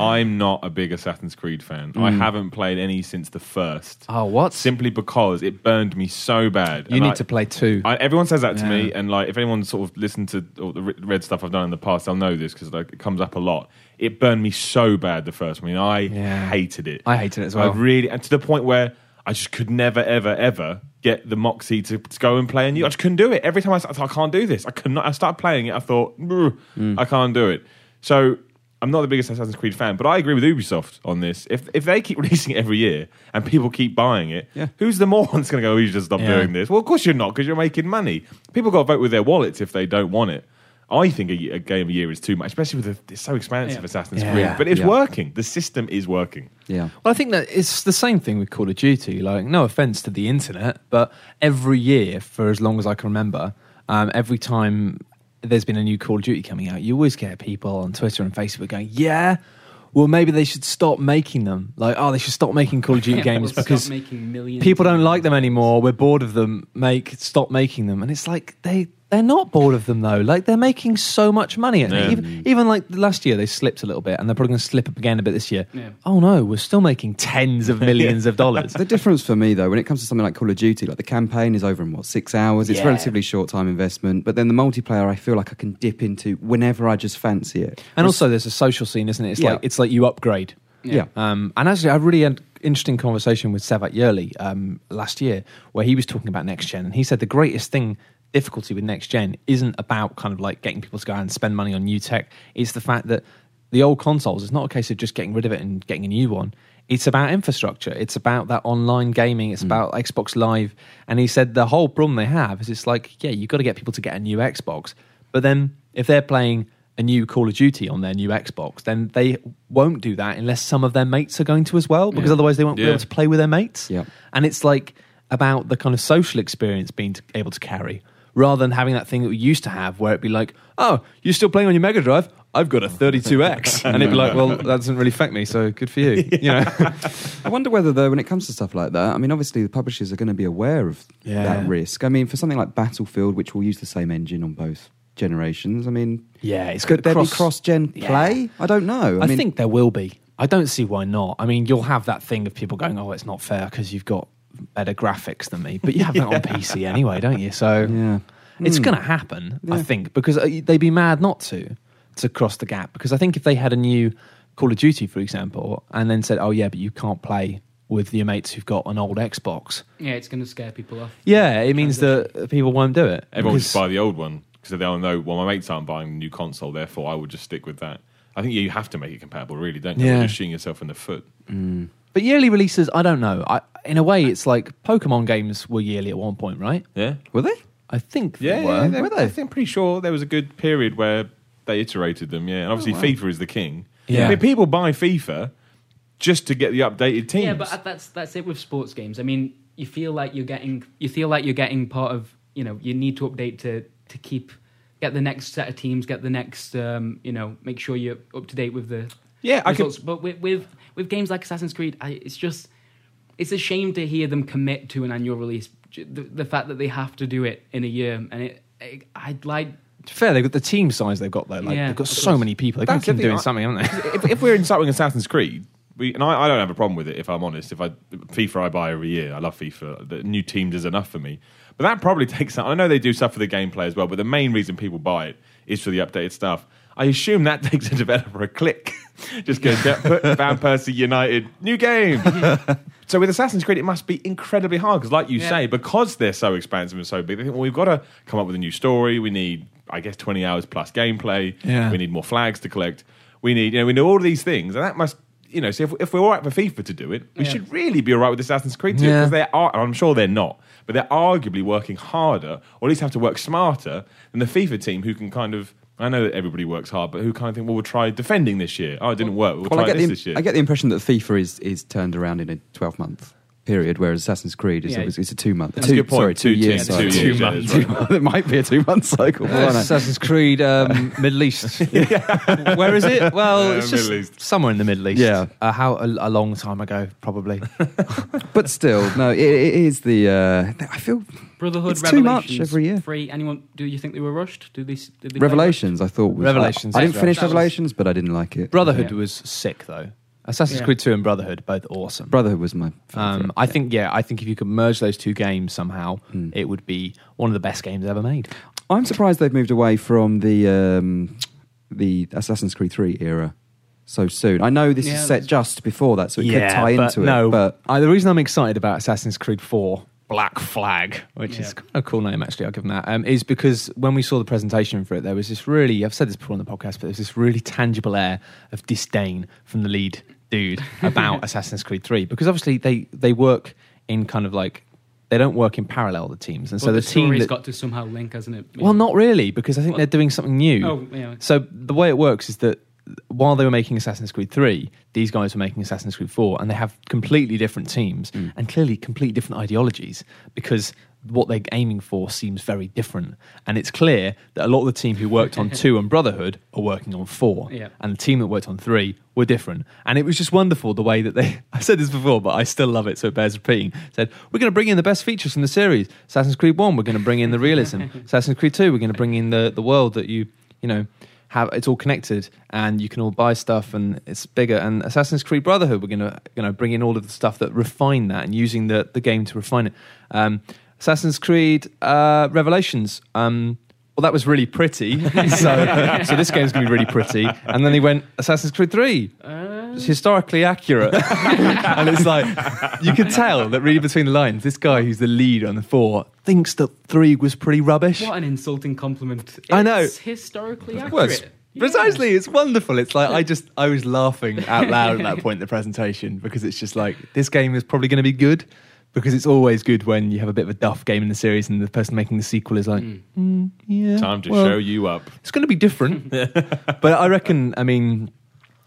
I'm not a big Assassin's Creed fan. I haven't played any since the first,
Oh, what?
simply because it burned me so bad.
you
And
need
I-
to play two.
I, everyone says that to me,
Yeah.
and like if anyone sort of listened to or the re- read stuff I've done in the past, they'll know this because like it comes up a lot. It burned me so bad the first one. I
Yeah.
hated it.
I hated it as well.
I really, and to the point where I just could never, ever, ever get the moxie to, to go and play a new. I just couldn't do it. Every time I, s- I thought, I can't do this. I could not. I started playing it. I thought "Brr,
Mm.
I can't do it. So. I'm not the biggest Assassin's Creed fan, but I agree with Ubisoft on this. If if they keep releasing it every year and people keep buying it,
Yeah.
who's the moron that's going to go? You just stop
Yeah.
doing this this. Well, of course you're not because you're making money. People got to vote with their wallets if they don't want it. I think a, a game a year is too much, especially with the, it's so expansive
Yeah.
Assassin's
Yeah.
Creed. But it's
Yeah.
working. The system is working.
yeah,
Well, I think that it's the same thing with Call of Duty. Like, no offense to the internet, but every year, for as long as I can remember, um, every time there's been a new Call of Duty coming out, you always get people on Twitter and Facebook going, "Yeah, well, maybe they should stop making them. Like, oh, they should stop making Call of Duty
Yeah,
games
we'll stop
because
making millions
people
of
don't
them."
like them anymore. We're bored of them. Make stop making them." And it's like they they're not bored of them though. Like they're making so much money.
Yeah.
Even, even like last year, they slipped a little bit, and they're probably going to slip up again a bit this year
Yeah.
oh no, we're still making tens of millions of dollars.
The difference for me though, when it comes to something like Call of Duty, like the campaign is over in what six hours. It's
Yeah.
relatively short time investment, but then the multiplayer, I feel like I can dip into whenever I just fancy it.
And also, there's a social scene, isn't it? It's
Yeah.
like it's like you upgrade.
Yeah. Yeah.
Um, and actually, I really had interesting conversation with Savat Yerli um, last year, where he was talking about next gen, and he said the greatest thing difficulty with next gen isn't about kind of like getting people to go out and spend money on new tech. It's the fact that the old consoles. It's not a case of just getting rid of it and getting a new one. It's about infrastructure. It's about that online gaming.
Mm.
It's about Xbox Live. And he said the whole problem they have is it's like, yeah, you've got to get people to get a new Xbox. But then if they're playing a new Call of Duty on their new Xbox, then they won't do that unless some of their mates are going to as well, because otherwise they won't be
Yeah.
able to play with their mates.
Yeah.
And it's like about the kind of social experience being t able to carry rather than having that thing that we used to have where it'd be like, oh, you're still playing on your Mega Drive? I've got a 32X. and it'd be like, well, that doesn't really affect me, so good for you. You know?
I wonder whether, though, when it comes to stuff like that, I mean, obviously the publishers are going to be aware of
Yeah.
that risk. I mean, for something like Battlefield, which will use the same engine on both generations, I mean,
Yeah, it's
could there
cross-
be cross-gen
Yeah.
play? I don't know.
I,
mean,
think there will be. I don't see why not. I mean, you'll have that thing of people going, "Oh, it's not fair because you've got better graphics than me," but you have that on PC anyway, don't you? So
Yeah.
it's going to happen, I
Yeah.
think, because uh, they'd be mad not to to cross the gap. Because I think if they had a new Call of Duty, for example, and then said, "Oh yeah, but you can't play with your mates who've got an old Xbox,"
Yeah, it's going to scare people off.
yeah, it means that people won't do it.
Everyone
Because-
just buy the old one because they'll know. Well, my mates aren't buying the new console, therefore I would just stick with that. I think you have to make it compatible, really, don't you?
Yeah.
You're just shooting yourself in the foot.
But yearly releases, I don't know. I, in a way, it's like Pokemon games were yearly at one point, right?
Yeah,
Were they?
I think they
yeah,
were.
yeah, they-
were
I
they?
think I'm pretty sure there was a good period where they iterated them. Yeah, and obviously FIFA is the king.
Oh, Yeah.
I mean, people buy FIFA just to get the updated teams.
Yeah, but that's that's it with sports games. I mean, you feel like you're getting you feel like you're getting part of you know you need to update to to keep get the next set of teams, get the next um, you know make sure you're up to date with the
Yeah, I could-
results. But with, with with games like Assassin's Creed, I, it's just it's a shame to hear them commit to an annual release. J- The, the fact that they have to do it in a year, and it, it I'd like
To be fair, they've got the team size they've got though. Like
Yeah,
they've got
of
so
course.
many people. They've got
That's
to keep
the thing,
doing
I-
something, haven't they?
if, if we're insulting Assassin's Creed, we, and I, I don't have a problem with it if I'm honest. If I FIFA I buy every year, I love FIFA. The new team does enough for me, but that probably takes. I know they do stuff for the gameplay as well, but the main reason people buy it is for the updated stuff. I assume that takes a developer a click. Just go get, put Van Persie United new game. so with Assassin's Creed, it must be incredibly hard because, like you
Yeah.
say, because they're so expansive and so big, they think, well, we've got to come up with a new story. We need, I guess, twenty hours plus gameplay.
Yeah.
We need more flags to collect. We need, you know, we know all of these things, and that must, you know, so if, if we're all right for FIFA to do it, we
Yeah.
should really be all right with Assassin's Creed too,
Yeah.
because they are, and I'm sure they're not, but they're arguably working harder, or at least have to work smarter than the FIFA team, who can kind of, I know that everybody works hard, but who kind of think, well, we'll try defending this year. Oh, it didn't work. We'll
Well, I
try
get,
this
the,
this year.
I get the impression that FIFA is, is turned around in a 12 month period, whereas Assassin's Creed is
Yeah.
obviously it's a two month.
That's a good point.
Sorry, two,
Two-
years.
yeah,
cycle.
two years, yeah,
Two month- it might be a two month cycle.
Uh,
why not?
Assassin's Creed um, Middle East. Where is it? Well,
Yeah,
it's just
Middle East.
somewhere in the Middle East.
Yeah.
Uh, how a, a long time ago, probably.
But still, no, it, it is the. Uh, I feel
Brotherhood
It's too
Revelations.
much every year.
Free. Anyone? Do you think they were rushed? Do they? Did they
Revelations. I thought was
Revelations
I,
is
didn't finish
right.
Revelations, but I didn't like it.
Brotherhood
Yeah.
was sick though. Assassin's
Yeah.
Creed Two and Brotherhood both awesome.
Brotherhood was my.
um,
favourite.
I think yeah, I think if you could merge those two games somehow,
Mm.
it would be one of the best games ever made.
I'm surprised they've moved away from the um, the Assassin's Creed 3 era so soon. I know this
Yeah,
is set
that's-
just before that, so it could tie
but
into it.
No,
but
I, the reason I'm excited about Assassin's Creed 4 Black Flag, which is
Yeah.
kind of a cool name actually, I'll give them that, um, is because when we saw the presentation for it, there was this really, I've said this before on the podcast, but there's this really tangible air of disdain from the lead dude about Assassin's Creed 3 because obviously they, they work in kind of like, they don't work in parallel, the teams. And
But
so the,
the
team.
story's
That,
got to somehow link, hasn't it?
well, not really, because I think
Well-
they're doing something new.
Oh, yeah.
So the way it works is that while they were making Assassin's Creed 3, these guys were making Assassin's Creed 4, and they have completely different teams and clearly completely different ideologies because what they're aiming for seems very different. And it's clear that a lot of the team who worked on 2 and Brotherhood are working on 4,
Yeah.
and the team that worked on 3 were different. And it was just wonderful the way that they, I said this before, but I still love it, so it bears repeating, said, We're going to bring in the best features from the series. Assassin's Creed 1, we're going to bring in the realism. Assassin's Creed 2, we're going to bring in the, the world that you you know have it's all connected and you can all buy stuff and it's bigger and assassin's creed brotherhood we're gonna you know bring in all of the stuff that refine that and using the the game to refine it um assassin's creed uh revelations um well, that was really pretty. So, so this game's gonna be really pretty. And then he went Assassin's Creed Three.
Uh,
It's historically accurate, and it's like you could tell that reading between the lines, this guy who's the lead on the four thinks that three was pretty rubbish.
What an insulting compliment!
I know.
It's historically accurate.
Well, it's-
Yeah.
Precisely, it's wonderful. It's like I just I was laughing out loud at that point in the presentation because it's just like this game is probably going to be good because it's always good when you have a bit of a duff game in the series and the person making the sequel is like, "Mm, yeah,
Time to
well,
show you up.
it's going to be different. but I reckon, I mean,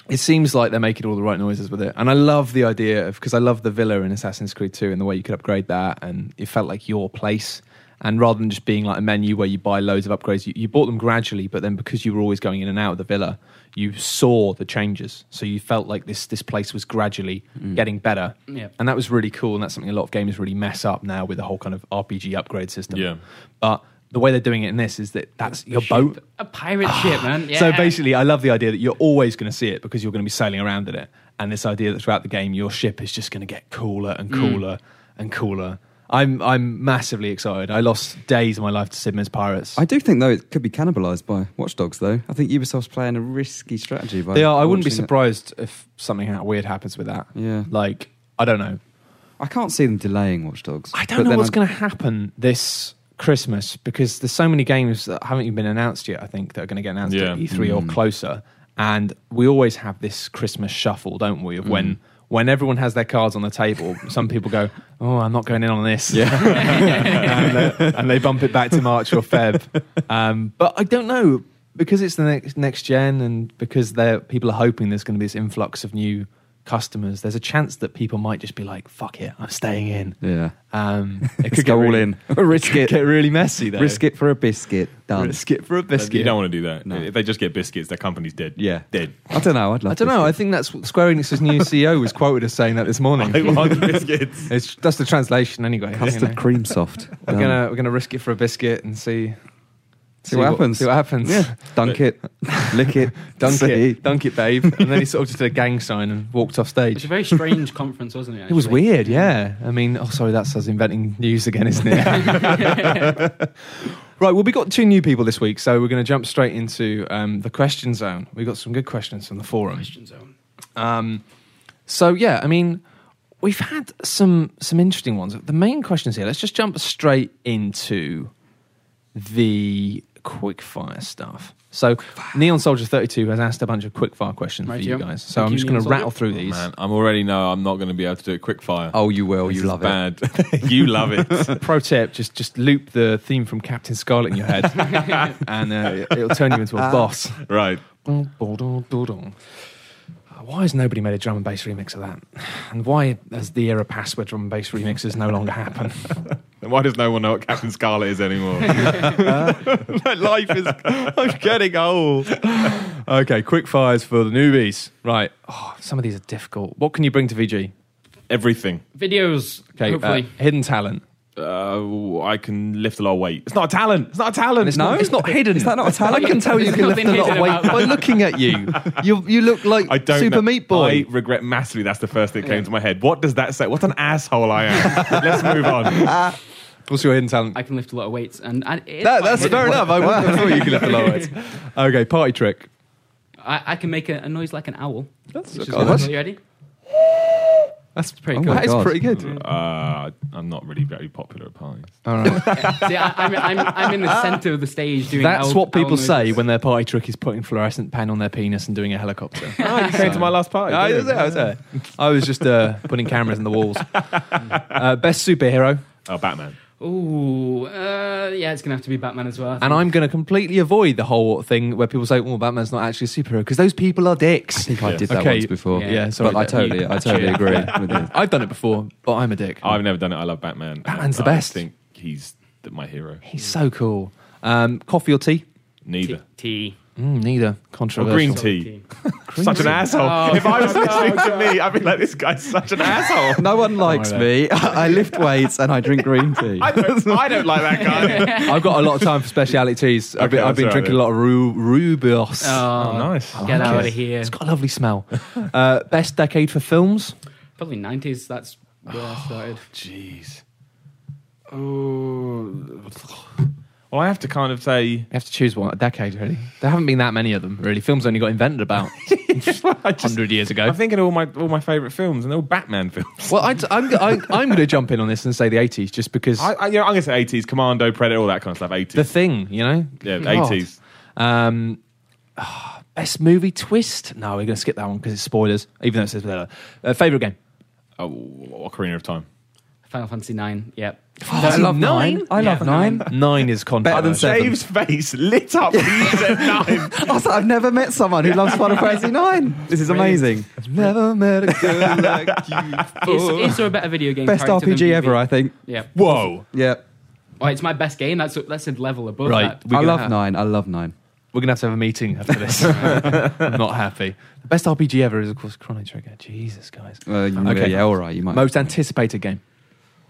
it seems like they're making all the right noises with it. And I love the idea of, because I love the villa in Assassin's Creed 2 and the way you could upgrade that. And it felt like your place. And rather than just being like a menu where you buy loads of upgrades, you, you bought them gradually. But then because you were always going in and out of the villa, you saw the changes. So you felt like this, this place was gradually getting better.
Yeah.
And that was really cool. And that's something a lot of games really mess up now with the whole kind of RPG upgrade system.
Yeah.
But the way they're doing it in this is that that's your boat. Ah,
A pirate ship, man. Yeah.
So basically, I love the idea that you're always going to see it because you're going to be sailing around in it. And this idea that throughout the game, your ship is just going to get cooler and cooler and cooler. I'm I'm massively excited. I lost days of my life to Sidman's Pirates.
I do think though it could be cannibalised by Watchdogs. Though I think Ubisoft's playing a risky strategy. By
they are. I wouldn't be
launching it.
surprised if something ha- weird happens with that.
Yeah.
Like I don't know.
I can't see them delaying Watchdogs.
I don't know what's going to happen this Christmas because there's so many games that haven't even been announced yet. I think that are going to get announced
Yeah.
at E3 or closer, and we always have this Christmas shuffle, don't we? Of when when everyone has their cards on the table, some people go, "Oh, I'm not going in on this," and, uh, and they bump it back to March or Feb. Um, but I don't know because it's the next next gen, and because they're, people are hoping there's going to be this influx of new customers. There's a chance that people might just be like, "Fuck it, I'm staying in."
Yeah,
Um, it
Let's go all
really-
in. risk
Could
it.
get really messy though.
risk it for a biscuit. Done.
Risk it for a biscuit.
You don't want to do that.
No.
If they just get biscuits, their company's dead.
Yeah.
Dead.
I don't know. I'd love.
I don't know. I think that's what Square Enix's new CEO was quoted as saying that this
They
morning.
want biscuits.
It's, that's the translation anyway. you
Custard
know.
cream soft.
We're
Done.
gonna we're gonna risk it for a biscuit and see
Um, see what happens.
See what happens.
Yeah. Dunk it. Lick it.
Dunk
see.
it, dunk it, babe. And then he sort of just did a gang sign and walked off
it's
stage.
a very strange conference, wasn't it?
It was
actually?
weird, yeah. I mean, oh, sorry, that's us inventing news again, isn't it? right, well, we got two new people this week, so we're going to jump straight into um, the question zone. We got some good questions from the forum.
Question zone.
Um, so yeah, I mean, we've had some some interesting ones. The main questions here. Let's just jump straight into the quickfire stuff. So Neon Soldier Thirty Two has asked a bunch of quickfire questions for
Right,
you
yeah.
guys. So
Thank
I'm
you,
just going
Neon
to
Soldier.
rattle through these.
Man, I'm already know I'm not going to be able to do it quick fire.
Oh, you will.
This
you
is
love it.
bad. you love it.
Pro tip: just just loop the theme from Captain Scarlet in your head,
Ah.
and uh, it'll turn you into a boss.
Right.
Dun, dun, dun, dun, dun. why has nobody made a drum and bass remix of that? And why has the era passed where drum and bass remixes no longer happen?
And why does no one know what Captain Scarlet is anymore? My life is. I'm getting old.
okay, quick fires for the newbies. Right. Oh, some of these are difficult. What can you bring to VG?
Everything.
Videos,
Okay, uh,
hopefully.
hidden talent.
Uh, I can lift a lot of weight. It's not a talent. It's not a talent.
no, it's not hidden. Is
that not a talent?
I can tell you
There's
can lift a
nothing
lot of
hidden
weight
about
by
that.
looking at you. You you look like
I don't
Super
know.
Meat Boy.
I regret massively. That's the first thing that came to my head. What does that say? What an asshole I am. Let's move on.
What's your hidden talent?
I can lift a lot of weights, and, and it is
That-
quite
that's
hidden.
fair enough. I wouldn't have thought you could lift a lot of weights. Okay, party trick.
I, I can make a, a noise like an owl. That's which is
God, Oh,
good.
that's-
Are you ready?
That's
pretty
oh
good.
That is
God.
pretty good.
Uh, I'm not really very popular at parties.
All right.
See, I, I'm, I'm, I'm in the center of the stage doing.
That's
owl-
what people
owl
say
noises.
when their party trick is putting fluorescent pen on their penis and doing a helicopter.
Oh, you came to my last party.
I was there. I was there. I was just uh, putting cameras in the walls. Uh, best superhero,
Oh, Batman.
Ooh, uh, yeah, it's gonna have to be Batman as well. I think.
and I'm going to completely avoid the whole thing where people say, "Well, Batman's not actually a superhero," because those people are
I
dicks.
think I did that
Okay,
once before.
yeah, sorry,
but I
but
totally,
you-
I totally Oh. agree with you.
I've done it before, but I'm a dick.
I've never done it. I love Batman.
Batman's
And
the
I
best.
think he's th- my hero.
He's so cool. Um, coffee or tea?
Neither.
T.
Mm, neither.
Or
Controversial.
green
Solid
tea. Such an asshole. if I was listening to me, I'd be like, this guy's such an asshole.
No one likes
Alright.
me. I lift weights and I drink green tea.
I don't, I don't like that guy.
I've got a lot of time for speciality teas. I've been,
Okay,
I've been
that's
drinking a
all
lot of Ru- Rubios.
Oh,
nice.
Get
like
out
it.
of here.
It's got a lovely smell. Uh, best decade for films?
Probably nineties. That's where I started.
Jeez. Oh. Well, I have to kind of say.
You have to choose one. A decade, really. There haven't been that many of them, really. Films only got invented about 100 years ago.
I'm thinking of all my all my favourite films, and they're all Batman films.
well, I, I'm, I, I'm going to jump in on this and say the 80s just because
I, I, you know, I'm going to say 80s, Commando, Predator, all that kind of stuff. 80s.
the thing, you know?
yeah,
God.
80s.
Um, ah, best movie twist? No, we're going to skip that one because it's spoilers, even though it says whatever. Uh, Favourite game?
Oh, Ocarina of Time.
Final Fantasy Nine. Yep.
I love nine.
I love
Yeah.
nine.
Nine is controversial.
Better than seven.
Dave's face lit up when you said nine.
I was like, I've never met someone who loves Final Fantasy Nine. This is amazing. Never met a girl like you.
Is, is there a better video game?
Best
character than
RPG ever,
BB?
I think.
Yeah.
Whoa.
Yeah,
Oh, it's my best game. That's that's a level above
Right.
that.
We're
I
gonna
love
have-
nine. I love nine.
We're gonna have to have a meeting after this. I'm not happy. The best RPG ever is, of course, Chrono Trigger. Jesus, guys.
Uh, you-
Okay.
Yeah, all right. You might.
Most anticipated game.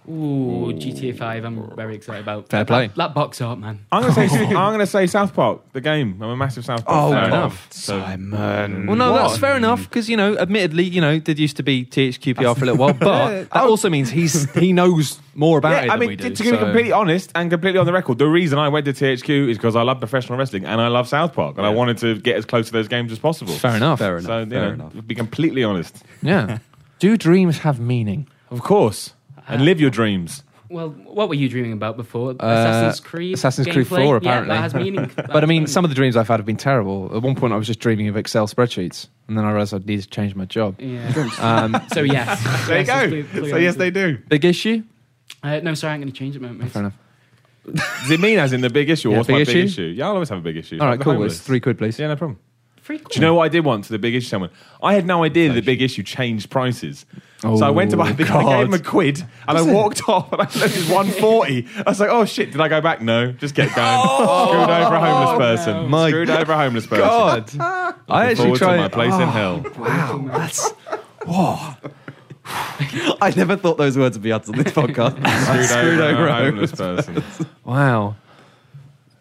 Ooh, GTA Five. I'm very excited about.
Fair
That-
play.
That box art, man.
I'm going to say I'm going to say South Park, the game. I'm a massive South Park.
Oh,
fan.
fair enough.
So, mm.
Simon.
Well, no,
What?
that's fair enough because you know, admittedly, you know, did used to be THQPR for a little while, but that also means he's he knows more about it
yeah, I
than
mean,
we
to
do.
to be
so-
completely honest and completely on the record, the reason I went to THQ is because I love professional wrestling and I love South Park, and I wanted to get as close to those games as possible.
fair enough.
Fair enough.
So, you
fair
know,
enough.
be completely honest.
Yeah. Do dreams have meaning?
Of course. And live your dreams.
Well, what were you dreaming about before? Assassin's Creed.
Assassin's Creed 4,
gameplay? Yeah,
apparently.
that has meaning.
But I mean, some of the dreams I've had have been terrible. At one point, I was just dreaming of Excel spreadsheets, and then I realized I needed to change my job.
Yeah.
Um,
so
There
yes.
you
Yes, it's
go.
clear- clear
so yes,
answer.
they do.
big issue.
Uh, no, sorry, I'm going to change it, mate.
Fair enough.
Does it mean as in the big issue? or
Yeah,
What's
big
my
issue?
big issue? Yeah, I'll always have a big issue.
All
Like
right,
the
cool.
homeless.
It's three quid, please.
Yeah, no problem.
Free quid.
Do you know what I did once? The big issue someone. I had no idea that the big issue changed prices. so I went to buy.
Oh,
The, I
God.
gave him a quid, and I walked off, and I noticed one forty. I was like, "Oh shit! Did I go back? No, just kept going. Screwed over a homeless person.
My
Screwed over a homeless person.
God, I
Forward
actually
to my
tried.
place in hell.
That's. Whoa. I never thought those words would be uttered on this podcast.
Screwed,
Screwed
over,
over
a
a
homeless person.
Wow.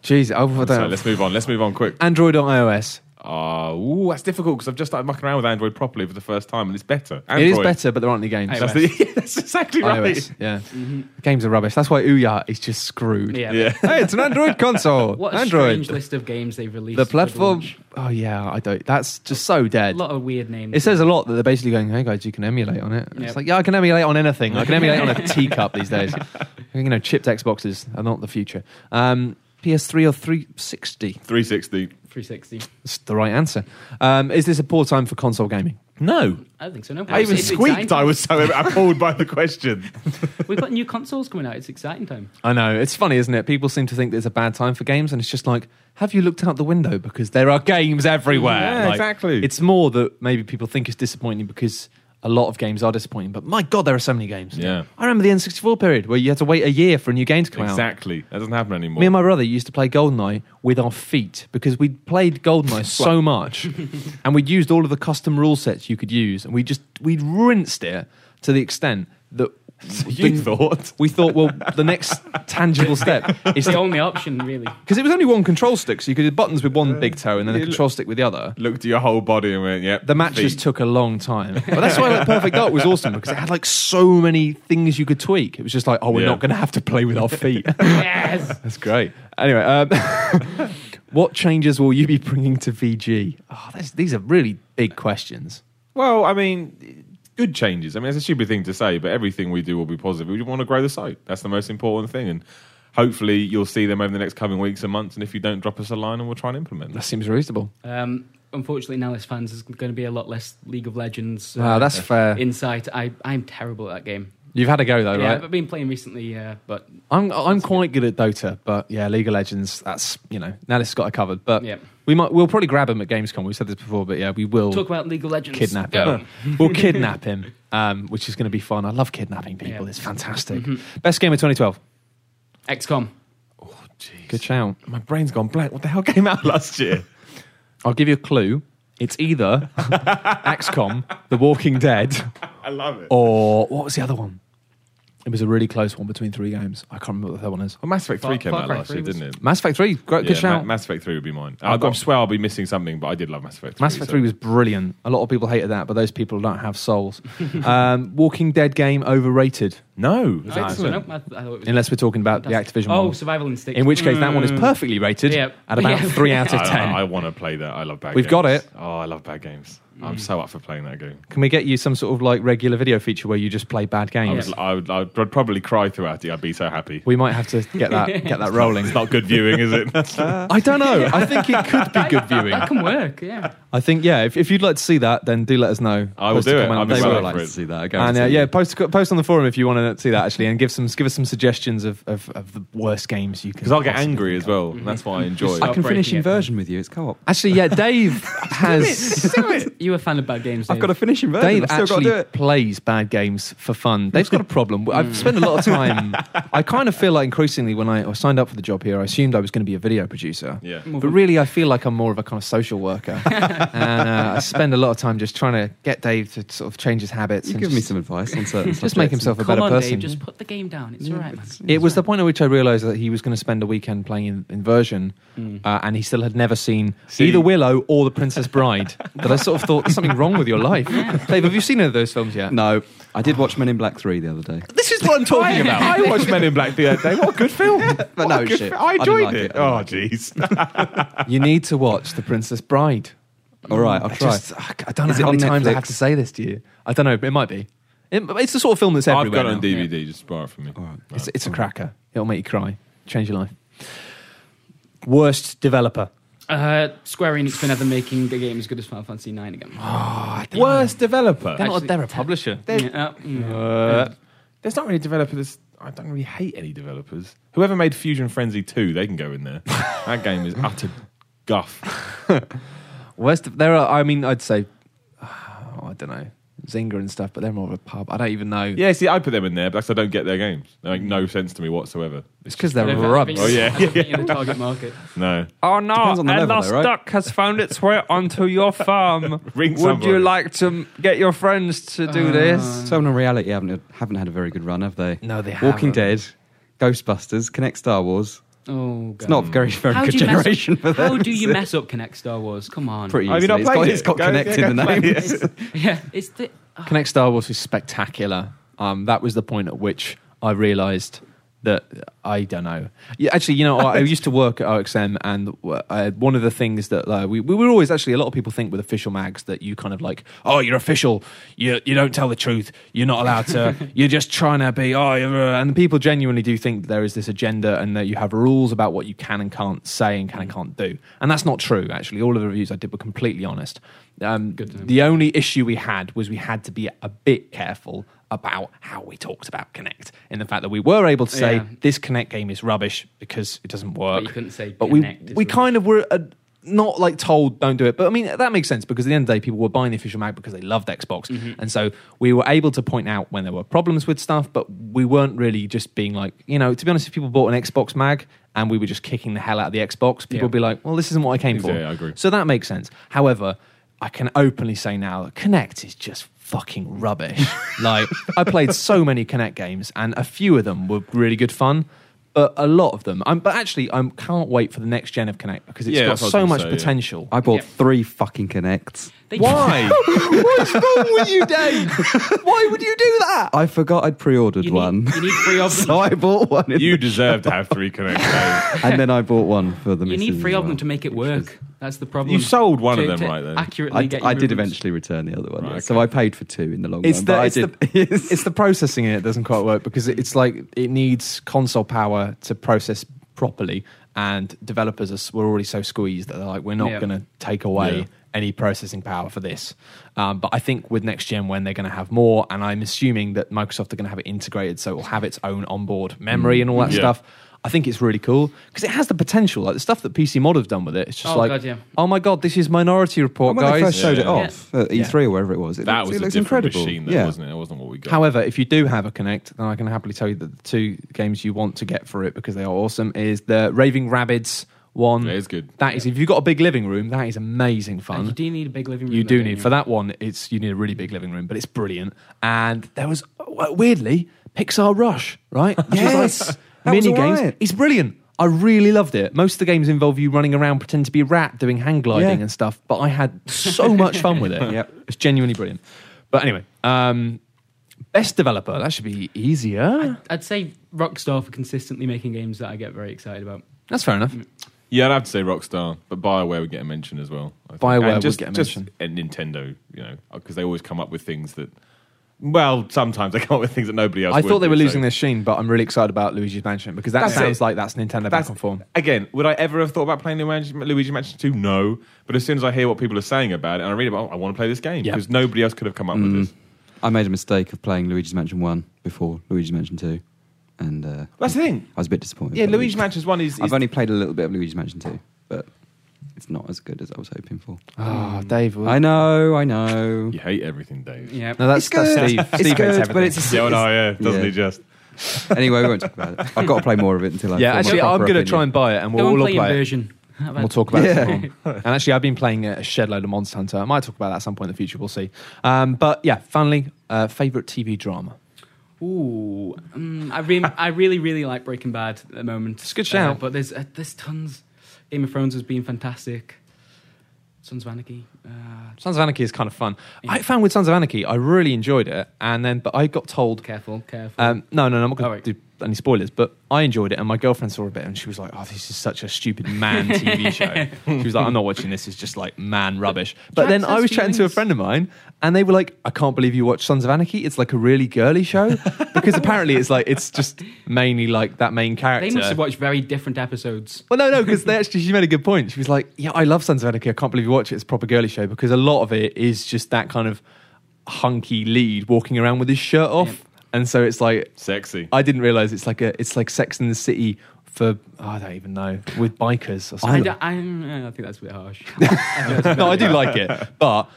Jeez, I I
so
don't.
let's move on. Let's move on quick.
Android or iOS?
Uh, ooh, that's difficult because I've just started mucking around with Android properly for the first time, and it's better.
It is
Android.
better, but there aren't any games.
iOS.
That's, the, yeah, that's exactly right.
iOS, yeah. The games are rubbish. That's why Ouya is just screwed.
Mm-hmm. Yeah.
Yeah.
Hey, it's an Android console.
What a strange
Android.
list of games they've released.
The
for
platform.
launch.
Oh yeah, I don't. That's just so
A
dead.
lot of weird names.
It says a lot that they're basically going, "Hey guys, you can emulate on it." It's
Yep.
like, yeah, I can emulate on anything. I can emulate on a teacup these days. You know, chipped Xboxes are not the future. Um, PS3 or 360?
360.
360.
That's the right answer. Um, is this a poor time for console gaming? No.
I don't think so. No,
I even
It's
squeaked.
exciting
I was so appalled by the question.
time. We've got new consoles coming out. It's exciting time.
I know. It's funny, isn't it? People seem to think there's a bad time for games, and it's just like, have you looked out the window? Because there are games everywhere.
Yeah,
Like,
exactly.
It's more that maybe people think it's disappointing because a lot of games are disappointing, but my God, there are so many games.
Yeah.
I remember the N64 period where you had to wait a year for a new game to come out.
Exactly. That doesn't happen anymore.
Me and my brother used to play Goldeneye with our feet because we'd played Goldeneye so much and we'd used all of the custom rule sets you could use and we just we'd rinsed it to the extent that
you
the-
thought.
we thought well the next tangible step is
It's the only option, really.
because it was only one control stick so you could do buttons with one big toe and then a
Yeah, look-
control stick with the other
Looked at your whole body and went, yep.
the matches
feet.
took a long time. But that's why like Perfect Dark was awesome because it had like so many things you could tweak. It was just like, oh, we're
Yeah.
not going to have to play with our feet.
yes.
That's great. Anyway, um, what changes will you be bringing to VG? Oh, that's, these are really big questions.
Well, I mean, good changes. I mean, it's a stupid thing to say, but everything we do will be positive. We want to grow the site. That's the most important thing. And hopefully, you'll see them over the next coming weeks and months. And if you don't, drop us a line and we'll try and implement
That
them.
seems reasonable.
Um, unfortunately, Nellis fans is going to be a lot less League of Legends. uh,
Wow, Ah, that's fair.
Insight. I I'm terrible at that game.
You've had a go though,
Yeah,
right?
I've been playing recently. Yeah, but
I'm I'm quite good at Dota, but yeah, League of Legends. That's you know, now this has got it covered. But
Yeah.
we might we'll probably grab him at Gamescom. We've said this before, but yeah, we will
talk about League of Legends.
kidnap
Go.
him. we'll kidnap him, um, which is going to be fun. I love kidnapping people.
Yeah. Mm-hmm.
It's fantastic. Best game of 2012.
XCOM.
Jeez.
Good shout.
My brain's gone blank. What the hell came out last year?
I'll give you a clue. It's either XCOM, The Walking Dead,
I love it.
or what was the other one? It was a really close one between three games. I can't remember what the third one is.
Well, Mass Effect 3
Far-
came
Far
out
Cry
last
3
year,
was-
didn't it?
Mass Effect 3, great, good
Yeah,
shout.
Ma- Mass Effect 3 would be mine. I,
I've got-
I swear I'll be missing something, but I did love Mass Effect 3.
Mass Effect
so-
3 was brilliant. A lot of people hated that, but those people don't have souls. um, Walking Dead game overrated,
No, it's
I-
excellent.
no, I, I thought it was
unless we're talking about the Activision
Oh,
one.
Survival Instinct. Mm.
In which case, that one is perfectly rated
Yeah.
at about
Yeah.
3 out of 10.
Mm. I, I want to play that. I love bad
We've
games.
got it.
Oh, I love bad games.
Mm.
I'm so up for playing that game.
Can we get you some sort of like regular video feature where you just play bad
I
games?
would, I would, I would probably cry throughout it. I'd be so happy.
We might have to get that, get that rolling.
It's not good viewing, is it?
I don't know. I think it could be good viewing.
that can work. Yeah.
I think yeah. If, if you'd like to see that, then do let us know.
I will
Post a
do it.
comment
I'll
on
be
the
well
forum.
up for it.
see that. I
And
guarantee
uh,
it.
yeah, post post on the forum if you want to see that actually, and give some give us some suggestions of, of, of the worst games you can.
Because I'll get
possibly
angry as
think of.
Mm-hmm.
well. and That's why I enjoy
I
it.
can
Breaking
finish
it.
inversion with you. It's co-op.
Actually, yeah, Dave has
You a fan of bad games?
I've
Dave?
got to finish inversion.
Dave
I've still got to do
actually
it. Mm.
plays bad games for fun. Dave's got a problem. I've spent a lot of time. I kind of feel like increasingly when I, I signed up for the job here, I assumed I was going to be a video producer.
Yeah.
But really, I feel like I'm more of a kind of social worker, and uh, I spend a lot of time just trying to get Dave to sort of change his habits.
You
and
give
just,
me some advice on certain
just make himself a
Come
better
on,
person.
Dave. Just put the game down. It's all right, man.
it was the point at which I realised that he was going to spend a weekend playing in, Inversion, uh, and he still had never seen
See-
either Willow or The Princess Bride. that I sort of thought there's something wrong with your life, Dave. Have you seen any of those films yet?
No, I did watch Men in Black 3 the other day.
This is what I'm talking about.
I watched Men in Black the other day. What a good film.
but
What
no
a good
shit.
fi-
I
I
didn't
enjoyed
like
it.
it. I
Oh, jeez.
You need to watch The Princess Bride.
All right, I'll
I
try.
just- I, I don't know
Is it
how many
on
times I
Netflix?
have to say this to you. I don't know. It might be. It- it's the sort of film that's
I've
everywhere.
got it on
now.
DVD. Just borrow it from me.
It's, it's a cracker. It'll make you cry. Change your life. Worst developer.
Uh, Square Enix for never making a game as good as Final Fantasy IX again.
Oh,
Worst developer.
They're, not,
Actually-
they're a publisher.
Yeah, yeah.
Uh,
There's not really developers. I don't really hate any developers. Whoever made Fusion Frenzy 2, they can go in there. that game is utter guff.
worst. There are. I mean, I'd say. oh, I don't know. Zynga and stuff, but they're more of a pub. I don't even know.
Yeah, see, I put them in there because I don't get their games. They make no sense to me whatsoever.
It's because
I
they're
don't think- I
rubbish.
think-
Oh, yeah.
I don't think you're the target market.
No.
Oh no,
Depends on the
a
level,
lost
though, right?
duck has found its way onto your farm.
Ring
Would
somebody.
you like to m- get your friends to
Uh,
do this?
So on reality, haven't haven't had a very good run, have they?
No, they haven't.
Walking Dead, Ghostbusters, Connect Star Wars.
Oh, God.
It's not a very very
How
good
do you mess up-
generation for them.
How do you
is it?
mess up Connect Star Wars? Come on.
Pretty
Have you
easily.
not
It's got,
played it?
has got
Go-
Connect
yeah,
in
go
the
play
name.
it.
Yeah, it's the. uh,
Connect Star Wars was spectacular. Um, that was the point at which I realised that I don't know. Yeah, actually, you know, I, I used to work at OXM, and uh, one of the things that uh, we, we were always actually a lot of people think with official mags that you kind of like, oh, you're official, you you don't tell the truth, you're not allowed to, you're just trying to be, oh, you're, uh," and people genuinely do think that there is this agenda and that you have rules about what you can and can't say and can
Mm.
and can't do, and that's not true. Actually, all of the reviews I did were completely honest. Um, the only issue we had was we had to be a bit careful about how we talked about Connect in the fact that we were able to say
Yeah.
this Connect game is rubbish because it doesn't work.
But you couldn't say
But we
Kinect is
we
rubbish.
kind of were uh, not like told don't do it. But I mean that makes sense because at the end of the day, people were buying the official mag because they loved Xbox,
Mm-hmm.
and so we were able to point out when there were problems with stuff. But we weren't really just being like you know to be honest, if people bought an Xbox mag. And we were just kicking the hell out of the Xbox. People
Yeah.
would be like, "Well, this isn't what I came for."
Yeah, I agree.
So that makes sense. However, I can openly say now that Connect is just fucking rubbish. like I played so many Connect games, and a few of them were really good fun. But a lot of them, I'm, but actually, I can't wait for the next gen of Connect because it's
Yeah,
got
that's what I was
so
gonna
much
say, yeah.
potential.
I bought
Yeah.
three fucking Connects.
They-
Why?
What's wrong with you, Dave? Why would you do that?
I forgot I'd pre-ordered
You need,
one,
you need three of them.
so I bought one, in-
you deserve to have three connects.
and then I bought one for the.
you need
missus
three
as
of them
well.
to make it work. That's the problem.
You sold one of
To-
them,
to
right? Then
I,
Accurately
d-
get
I
your
did
movements.
eventually return the other one,
Right,
so I paid for two in the long
It's
run.
the-
but I
it's
did-
It's the processing in it doesn't quite work because it- it's like it needs console power to process properly, and developers are, s- were already so squeezed that they're like, we're not
Yeah.
going to take away
Yeah.
any processing power for this. Um, but I think with next gen, when they're going to have more, and I'm assuming that Microsoft are going to have it integrated, so it'll have its own onboard
Mm.
memory and all that
Yeah.
stuff. I think it's really cool because it has the potential. Like the stuff that PC Mod have done with it, it's just
Oh,
like,
God, yeah.
oh my god, this is Minority Report,
when
guys.
they first showed it
Yeah.
off at E3 or wherever it was, it
that
looks,
was
it
a
looks
different
incredible.
machine, though,
yeah.
wasn't it? It wasn't what we got.
However, if you do have a Connect, then I can happily tell you that the two games you want to get for it because they are awesome is the Raving Rabbids one.
That is good.
That is- if you've got a big living room, that is amazing fun.
And you do need a big living room.
You
though,
do
don't
need for that one. It's you need a really big living room, but it's brilliant. And there was uh, weirdly Pixar Rush, right? Which is
Yes. That was
mini
alright.
games. It's brilliant. I really loved it. Most of the games involve you running around, pretend to be a rat, doing hang gliding
Yeah.
and stuff. But I had so much fun with it.
Yep.
It's genuinely brilliant. But anyway, um, best developer. That should be easier.
I'd say Rockstar for consistently making games that I get very excited about.
That's fair enough.
yeah, I'd have to say Rockstar, but Bioware would get a mention as well. I think.
Bioware
And
would
just,
get a
just-
mention.
and Nintendo, you know, because they always come up with things that. Well, sometimes they come up with things that nobody else.
I
would
thought they
do,
were
so-
losing their sheen, but I'm really excited about Luigi's Mansion because that
That's
sounds
it.
like that's Nintendo back
That's-
on form.
Again, would I ever have thought about playing Luigi Luigi Mansion 2? No. But as soon as I hear what people are saying about it and I read about it, I want to play this game
Yeah. Mm.
because nobody else could have come up with this.
I made a mistake of playing Luigi's Mansion 1 before Luigi's Mansion 2, and uh,
That's the thing.
I was a bit disappointed.
Yeah,
by
Luigi Mansion 1 is. is
I've only played a little bit of Luigi's Mansion 2, but it's not as good as I was hoping for. Ah,
Oh, Dave. well-
I know, I know.
you hate everything, Dave.
Yeah.
No, that's,
It's good.
that's Steve.
It's
Steve hates
good, but
everything.
it's a
Yeah, well, no, yeah, doesn't
Yeah.
he just?
anyway, we won't talk about it. I've got to play more of it until I.
Yeah,
form a
actually, I'm
proper
going to
opinion.
try and buy it, and we'll
Go and
all
play
play it.
Inversion. How about-
We'll talk about
Yeah.
it some more. And actually, I've been playing a shed load of Monster Hunter. I might talk about that at some point in the future. We'll see. Um, but yeah, finally, uh, favorite TV drama.
Ooh, um, I really, I really, really like Breaking Bad at the moment.
It's a good shout.
but there's uh, there's tons. Game of Thrones has been fantastic. Sons of Anarchy. Uh,
Sons of Anarchy is kind of fun. I found with Sons of Anarchy, I really enjoyed it, and then but I got told.
careful, careful.
Um, no, no, no, I'm not going
Alright.
to do any spoilers, but I enjoyed it, and my girlfriend saw a bit, and she was like, "Oh, this is such a stupid man TV show." she was like, "I'm not watching this; it's just like man rubbish." But then
Jack
I
says
was chatting to a
feelings.
friend of mine, and they were like, "I can't believe you watch Sons of Anarchy. It's like a really girly show because apparently it's like it's just mainly like that main character."
they must have watched very different episodes.
Well, no, no, because they actually she made a good point. She was like, "Yeah, I love Sons of Anarchy. I can't believe you watch it. It's a proper girly show because a lot of it is just that kind of hunky lead walking around with his shirt off, and so it's like
Sexy.
I didn't realize it's like a it's like Sex in the City for oh, I don't even know with bikers or
I,
something.
d- I, I think that's a bit harsh.
no, I do like it, but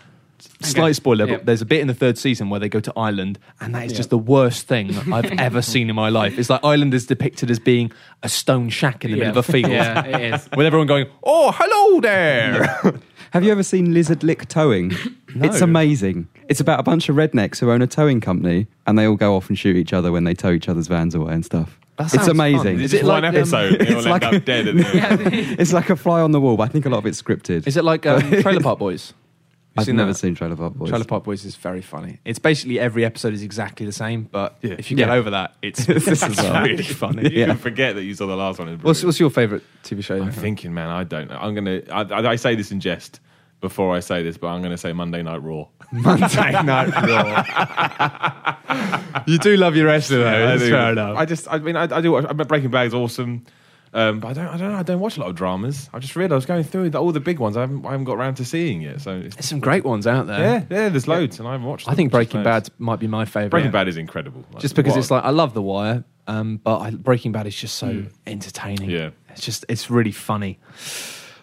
slight spoiler.
Yeah.
But there's a bit in the third season where they go to Ireland, and that is
Yeah.
just the worst thing I've ever seen in my life. It's like Ireland is depicted as being a stone shack in the middle of a field.
Yeah, it is.
With everyone going, oh, hello there.
Have you ever seen Lizard Lick Towing? It's amazing. It's about a bunch of rednecks who own a towing company, and they all go off and shoot each other when they tow each other's vans away and stuff.
That
it's
sounds
amazing.
fun.
It's
Is it
just one
like, um,
episode. and You'll
it's like
end
a-
up dead at the end.
It's like a fly on the wall, but I think a lot of it's scripted.
Is it like um, Trailer Park Boys?
I've
seen
never
that?
seen Trailer Park Boys.
Trailer Park Boys is very funny. It's basically every episode is exactly the same, but
Yeah.
if you get
Yeah.
over that, it's,
This is
it's
all right.
really funny.
You
Yeah.
can forget that you saw the last one. It's
What's,
brilliant.
what's your favourite TV show?
I'm thinking, man. I don't know. I'm gonna. I, I, I say this in jest before I say this, but I'm gonna say Monday Night Raw.
Monday Night Raw. you do love your wrestling, though.
I
that's
do.
fair enough.
I just. I mean, I, I do. Watch, I mean, Breaking Bad is awesome. Um, but I don't. I don't know. I don't watch a lot of dramas. I just realised going through the, all the big ones. I haven't. I haven't got around to seeing yet. So it's,
There's some great ones out there.
yeah, yeah. There's loads, and I haven't watched.
I think
them. Just
Breaking
loads.
Bad might be my favourite.
Breaking Bad is incredible. Like,
Just because
what
it's like, I love The Wire, um, but I, Breaking Bad is just so entertaining.
Hmm. Yeah.
It's just, it's really funny.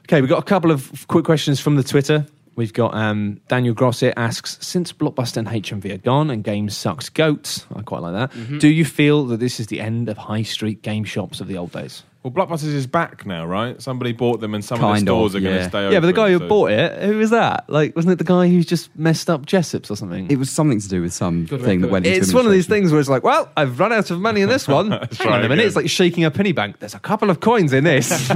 Okay, we've got a couple of quick questions from the Twitter. We've got um, Daniel Grosset asks, since Blockbuster and HMV are gone and games sucks goats, I quite like that,
Mm-hmm.
do you feel that this is the end of high street game shops of the old days?
Well, Blockbusters is back now, right? Somebody bought them, and some of the
Kind of,
stores are going
yeah.
to stay open.
Yeah, but the guy who
so-
bought it, who was that? Like, wasn't it the guy who's just messed up Jessops or something?
It was something to do with some
Good
thing that
record.
went into
it's one of these
administration.
things where it's like, well, I've run out of money in this one. Hang
try
on a minute,
again.
it's like shaking a penny bank. There's a couple of coins in this.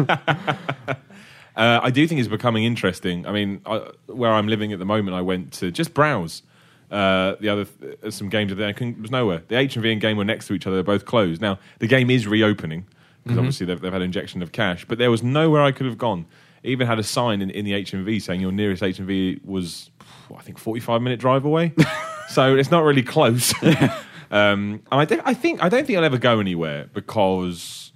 Uh, I do think it's becoming interesting. I mean, I, where I'm living at the moment, I went to just browse uh, the other uh, some games there. I couldn't, there was nowhere. The H and V and Game were next to each other. They're both closed now. The game is reopening because obviously they've, they've had an injection of cash, but there was nowhere I could have gone. It even had a sign in, in the H and V saying your nearest H and V was, I think, 45 minute drive away. so it's not really close. um, and I, don't- I think I don't think I'll ever go anywhere because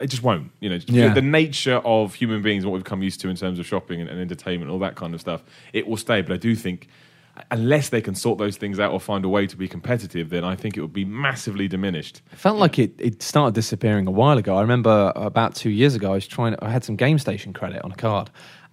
it just won't. You know,
Yeah.
the nature of human beings, what we've come used to in terms of shopping and, and entertainment, all that kind of stuff, it will stay. But I do think, unless they can sort those things out or find a way to be competitive, then I think it would be massively diminished.
It felt like it, it started disappearing a while ago. I remember about two years ago, I was trying. I had some game station credit on a card,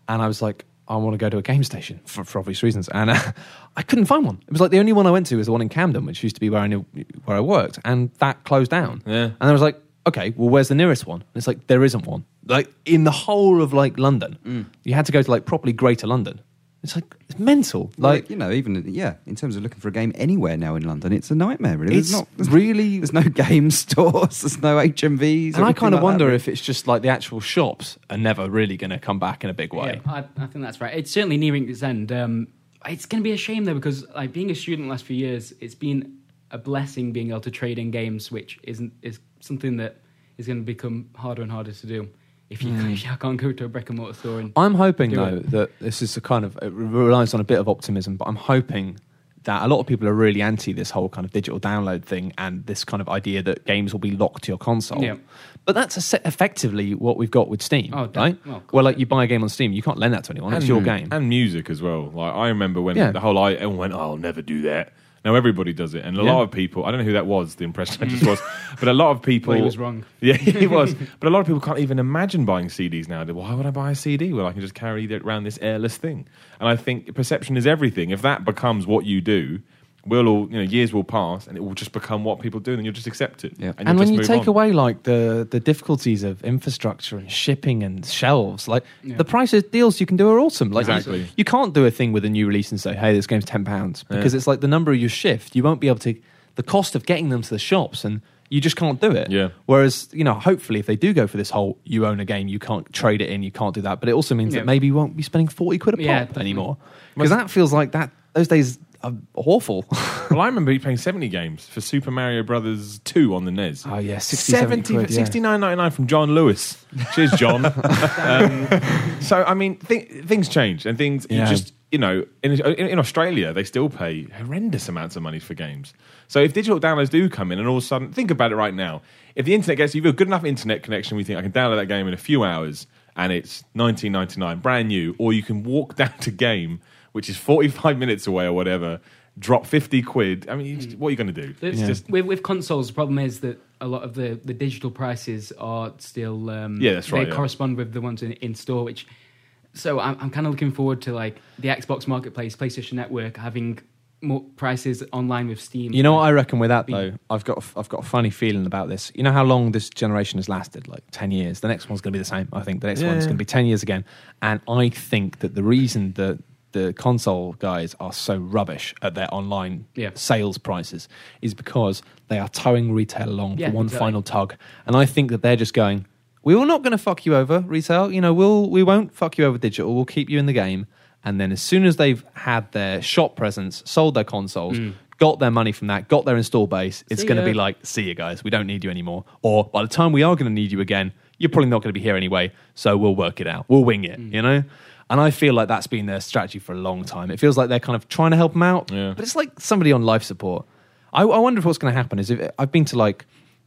and I was like, I want to go to a game station for, for obvious reasons, and uh, I couldn't find one. It was like the only one I went to was the one in Camden, which used to be where I knew, where I worked, and that closed down.
Yeah.
and I was like, okay, well, where's the nearest one? And it's like there isn't one. Like in the whole of like London, you had to go to like properly Greater London. It's like it's mental. Like
Like you know, even yeah, in terms of looking for a game anywhere now in London, it's a nightmare. Really,
it's
there's not there's,
really
there's no game stores, there's no HMVs,
And I kind of wonder
if.
if it's just like the actual shops are never really going to come back in a big way.
Yeah, I, I think that's right. It's certainly nearing its end. Um, it's going to be a shame though because like being a student the last few years, it's been a blessing being able to trade in games, which isn't is something that is going to become harder and harder to do if
Hmm.
you, if you can't go to a brick and mortar store. And
I'm hoping
Do
though
it.
that this is a kind of it relies on a bit of optimism, but I'm hoping that a lot of people are really anti this whole kind of digital download thing and this kind of idea that games will be locked to your console.
Yeah.
But that's a, effectively what we've got with Steam,
Oh, de-
right?
well,
Well,
of course, Hmm.
like
yeah.
you buy a game on Steam, you can't lend that to anyone. it's your game.
and music as well. Like I remember when
Yeah.
the whole I everyone went, oh, "I'll never do that." Now everybody does it, and a
Yeah.
lot of people. I don't know who that was. The impression I just was, but a lot of people.
Well, he was wrong.
Yeah, he was. but a lot of people can't even imagine buying CDs now. They're, Why would I buy a CD? Well, I can just carry it around this airless thing. And I think perception is everything. If that becomes what you do, we'll all you know years will pass, and it will just become what people do, and then you'll just accept it.
Yeah.
and
you'll
when you
just move
take
on.
away like the the difficulties of infrastructure and shipping and shelves like
Yeah.
the prices deals you can do are awesome like you-
Exactly.
you, can't do a thing with a new release and say hey this game's 10 pounds because it's like the number you shift you won't be able to the cost of getting them to the shops and you just can't do it
Yeah.
whereas you know hopefully if they do go for this whole you own a game you can't trade it in you can't do that but it also means
Yeah.
that maybe you won't be spending 40 quid a
Yeah,
pop
definitely.
anymore because that feels like that those days are awful
well, I remember playing seventy games for Super Mario Brothers two on the E NES.
oh yeah 60 70
70,
quid, yeah.
69.99 from John Lewis. Cheers, John. um, so I mean, th- things change and things you
Yeah.
just you know in, in, in Australia they still pay horrendous amounts of money for games. So if digital downloads do come in and all of a sudden think about it right now, if the internet gets you have a good enough internet connection, we think I can download that game in a few hours and it's 19.99 brand new, or you can walk down to game which is 45 minutes away or whatever. Drop 50 quid. I mean, you just- what are you going to do?
it's just with, with consoles, the problem is that a lot of the, the digital prices are still um,
Yeah, that's right,
They
yeah.
correspond with the ones in, in store, which so I'm, I'm kind of looking forward to like the Xbox Marketplace, PlayStation Network having more prices online with Steam.
You know what I reckon with that though? I've got a- I've got a funny feeling about this. You know how long this generation has lasted? Like ten years. The next one's going to be the same. I think the next one's going to be ten years again. And I think that the reason that the console guys are so rubbish at their online
Yeah.
sales prices is because they are towing retail along
Yeah,
for one
exactly.
final tug. And I think that they're just going, we are not going to fuck you over, retail. You know, we'll we won't fuck you over digital. We'll keep you in the game. And then as soon as they've had their shop presence, sold their consoles, got their money from that, got their install base, it's
See
going to
ya.
be like, see you guys, we don't need you anymore. Or by the time we are going to need you again, you're probably not going to be here anyway. So we'll work it out. We'll wing it, you know? And I feel like that's been their strategy for a long time. It feels like they're kind of trying to help them out,
Yeah.
but it's like somebody on life support. I, I wonder if what's going to happen is if I've been to like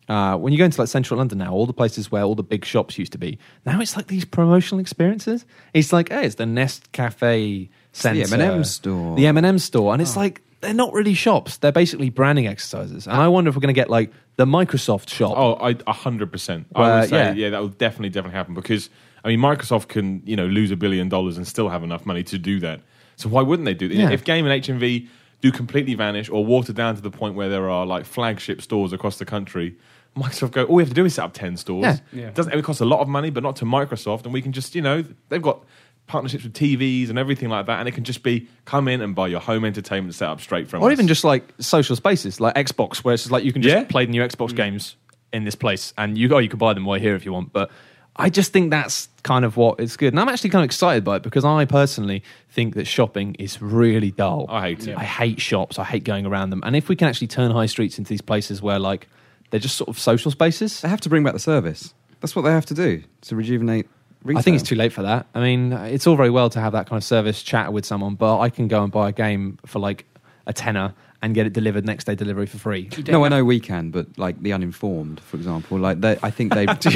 uh, when you go into like central London now, all the places where all the big shops used to be, now it's like these promotional experiences. It's like, hey, it's the Nest Cafe Centre,
M&M store.
the M and M store, and it's
Oh.
like they're not really shops; they're basically branding exercises. And I wonder if we're going to get like the Microsoft shop.
Oh, I a hundred percent. I
Well,
would say,
yeah.
yeah. that will definitely, definitely happen because I mean, Microsoft can you know lose a billion dollars and still have enough money to do that. So why wouldn't they do that?
Yeah.
If Game and HMV do completely vanish or water down to the point where there are like flagship stores across the country. Microsoft go. All we have to do is set up ten stores.
Yeah.
Yeah.
It doesn't it costs a lot of money, but not to Microsoft, and we can just you know they've got partnerships with TVs and everything like that, and it can just be come in and buy your home entertainment set up straight from.
or
us.
even just like social spaces like Xbox, where it's just like you can just
Yeah. Mm.
play the new Xbox games in this place, and you oh you can buy them while here if you want. But I just think that's kind of what is good, and I'm actually kind of excited by it because I personally think that shopping is really dull.
I hate it.
I hate shops. I hate going around them. And if we can actually turn high streets into these places where like they're just sort of social spaces,
They have to bring back the service. That's what they have to do to rejuvenate retail.
I think it's too late for that. I mean, it's all very well to have that kind of service chat with someone, but I can go and buy a game for like a tenner and get it delivered next day delivery for free.
You don't
No, I
have-
know we can, but like the uninformed, for example, like they, I think they've.
the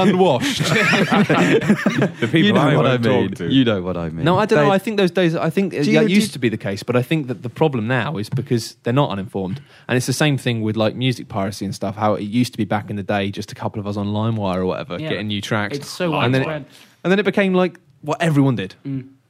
unwashed.
the people
you know
I,
what I
won't
mean.
talk to.
You know what I mean.
No, I don't
They-
know. I think those days. I think that
Do you- do
used
you-
to be the case, but I think that the problem now is because they're not uninformed, and it's the same thing with like music piracy and stuff. How it used to be back in the day, just a couple of us on LimeWire or whatever
Yeah.
getting new tracks.
It's so
and then, it,
widespread. Mm.
and then it became like what everyone did.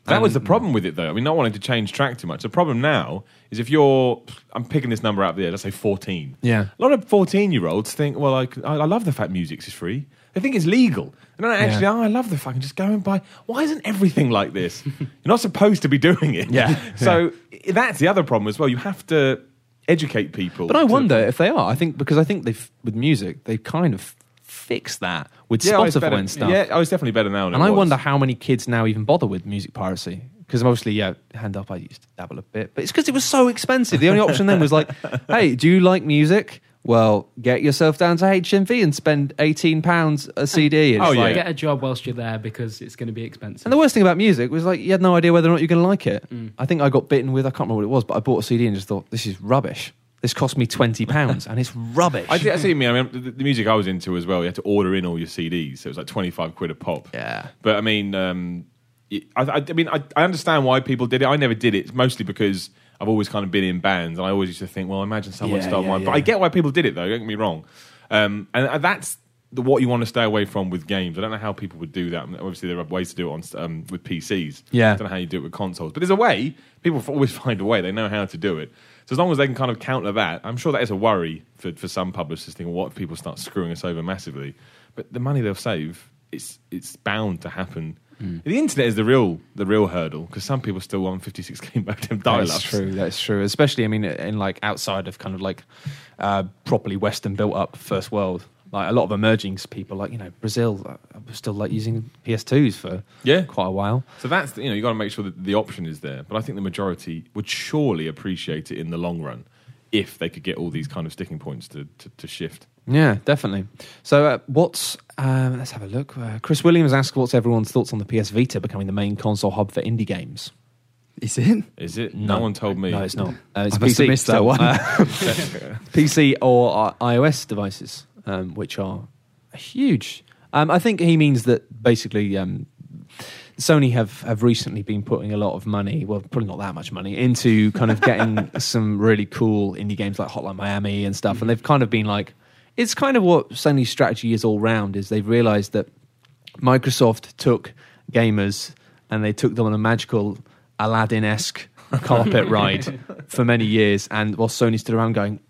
That
Um,
was the problem with it, though. I mean, not wanting to change track too much. The problem now is if you're, I'm picking this number out there, let's say 14.
Yeah.
A lot of 14 year olds think, well, I, c- I- I love the fact music is free. They think it's legal. And I actually,
Yeah.
oh, I love the fact I can just go and buy. Why isn't everything like this? you're not supposed to be doing it.
Yeah.
so i- that's the other problem as well. You have to educate people.
But I
to-
wonder if they are. I think because I think they've with music they kind of fixed that with
Yeah, oh, it's
Spotify
better-
and stuff.
Yeah, oh, it's definitely better now. Than
and
it
I
was.
wonder how many kids now even bother with music piracy. Because mostly, yeah, hand up, I used to dabble a bit. But it's because it was so expensive. The only option then was like, hey, do you like music? Well, get yourself down to HMV and spend £18 a CD. It's
Oh, yeah.
like-
Get a job whilst you're there because it's going to be expensive.
And the worst thing about music was like, you had no idea whether or not you're going to like it.
Mm.
I think I got bitten with, I can't remember what it was, but I bought a CD and just thought, this is rubbish. This cost me £20 and it's rubbish.
I, see- I see what you mean. I mean, the, the music I was into as well, you had to order in all your CDs. So it was like 25 quid a pop.
Yeah.
But I mean, um, y- I, I- I mean, I, I understand why people did it. I never did it, mostly because I've always kind of been in bands, and I always used to think, well, imagine someone
Yeah,
stole
yeah,
mine. But
yeah.
I get why people did it, though. Don't get me wrong. Um, and uh, that's the, what you want to stay away from with games. I don't know how people would do that. I mean, Obviously, there are ways to do it on um, with PCs.
Yeah.
don't know how you do it with consoles, but there's a way. People f- always find a way. They know how to do it. So as long as they can kind of counter that, I'm sure that is a worry for, for some publishers. Thinking, what if people start screwing us over massively? But the money they'll save, it's it's bound to happen.
Hmm.
The internet is the real the real hurdle because some people still want 56k modem dial-ups.
That's true. That's true. Especially, I mean, in like outside of kind of like uh, properly Western built up first world, like a lot of emerging people, like you know Brazil, uh, was still like using PS2s for
Yeah.
quite a while.
So that's the- you know you got to make sure that the option is there. But I think the majority would surely appreciate it in the long run if they could get all these kind of sticking points to to, to shift.
Yeah, definitely. So uh, what's um, let's have a look. Uh, Chris Williams asks, "What's everyone's thoughts on the PS Vita becoming the main console hub for indie games?"
Is it?
Is it? No, one told me.
No, it's not. Uh, it's
I must have missed that
still.
one.
Uh, PC or uh, iOS devices, um, which are huge. Um, I think he means that basically um, Sony have, have recently been putting a lot of money, well, probably not that much money, into kind of getting some really cool indie games like Hotline Miami and stuff. And they've kind of been like, it's kind of what Sony's strategy is all round, is they've realized that Microsoft took gamers and they took them on a magical Aladdin esque carpet ride for many years. And while Sony stood around going,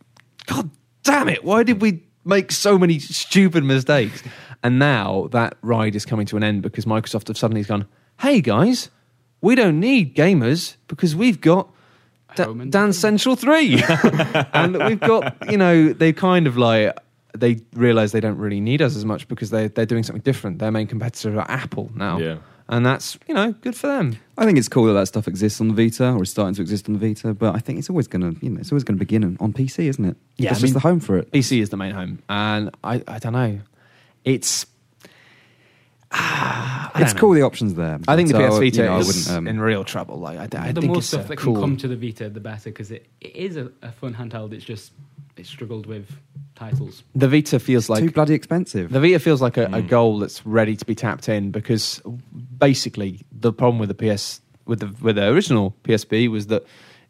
God damn it, why did we make so many stupid mistakes? And now that ride is coming to an end because Microsoft have suddenly gone, hey guys, we don't need gamers because we've got Da-
Home and-
Dan Central 3. and we've got, you know, they kind of like, they realize they don't really need us as much because they, they're doing something different. Their main competitors are Apple now.
Yeah.
and that's you know good for them.
I think it's cool that that stuff exists on the Vita or is starting to exist on the Vita, but I think it's always gonna, you know, it's always gonna begin on, on PC, isn't it?
Yeah,
it's
I
just
mean-
the home for it.
PC is the main home, and I I don't know, it's. Ah, I
It's
don't know.
cool the options there.
I think the
So,
PS Vita
you know,
is
I wouldn't,
in
um,
real trouble. Like I, d- I
the
think
more
it's
stuff
a
that
cool.
can come to the Vita, the better, because it, it is a, a fun handheld. It's just it's struggled with titles.
the Vita feels like
too Mm. bloody expensive.
The Vita feels like a, a goal that's ready to be tapped in because basically the problem with the PS with the with the original PSP was that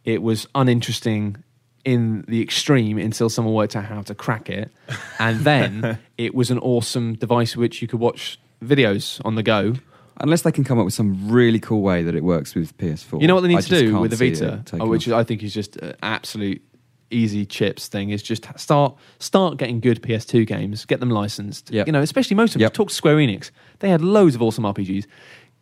it was uninteresting in the extreme until someone worked out how to crack it, and then it was an awesome device which you could watch videos on the go.
Unless they can come up with some really cool way that it works with PS4.
You know what they need
I
to
just
do
can't
with the
see
Vita,
it taking
uh, which
off.
I think is just an absolute easy chips thing, is just start start getting good PS2 games, get them licensed.
Yep.
You know, especially most of them.
Yep.
Talk to Square Enix; they had loads of awesome RPGs.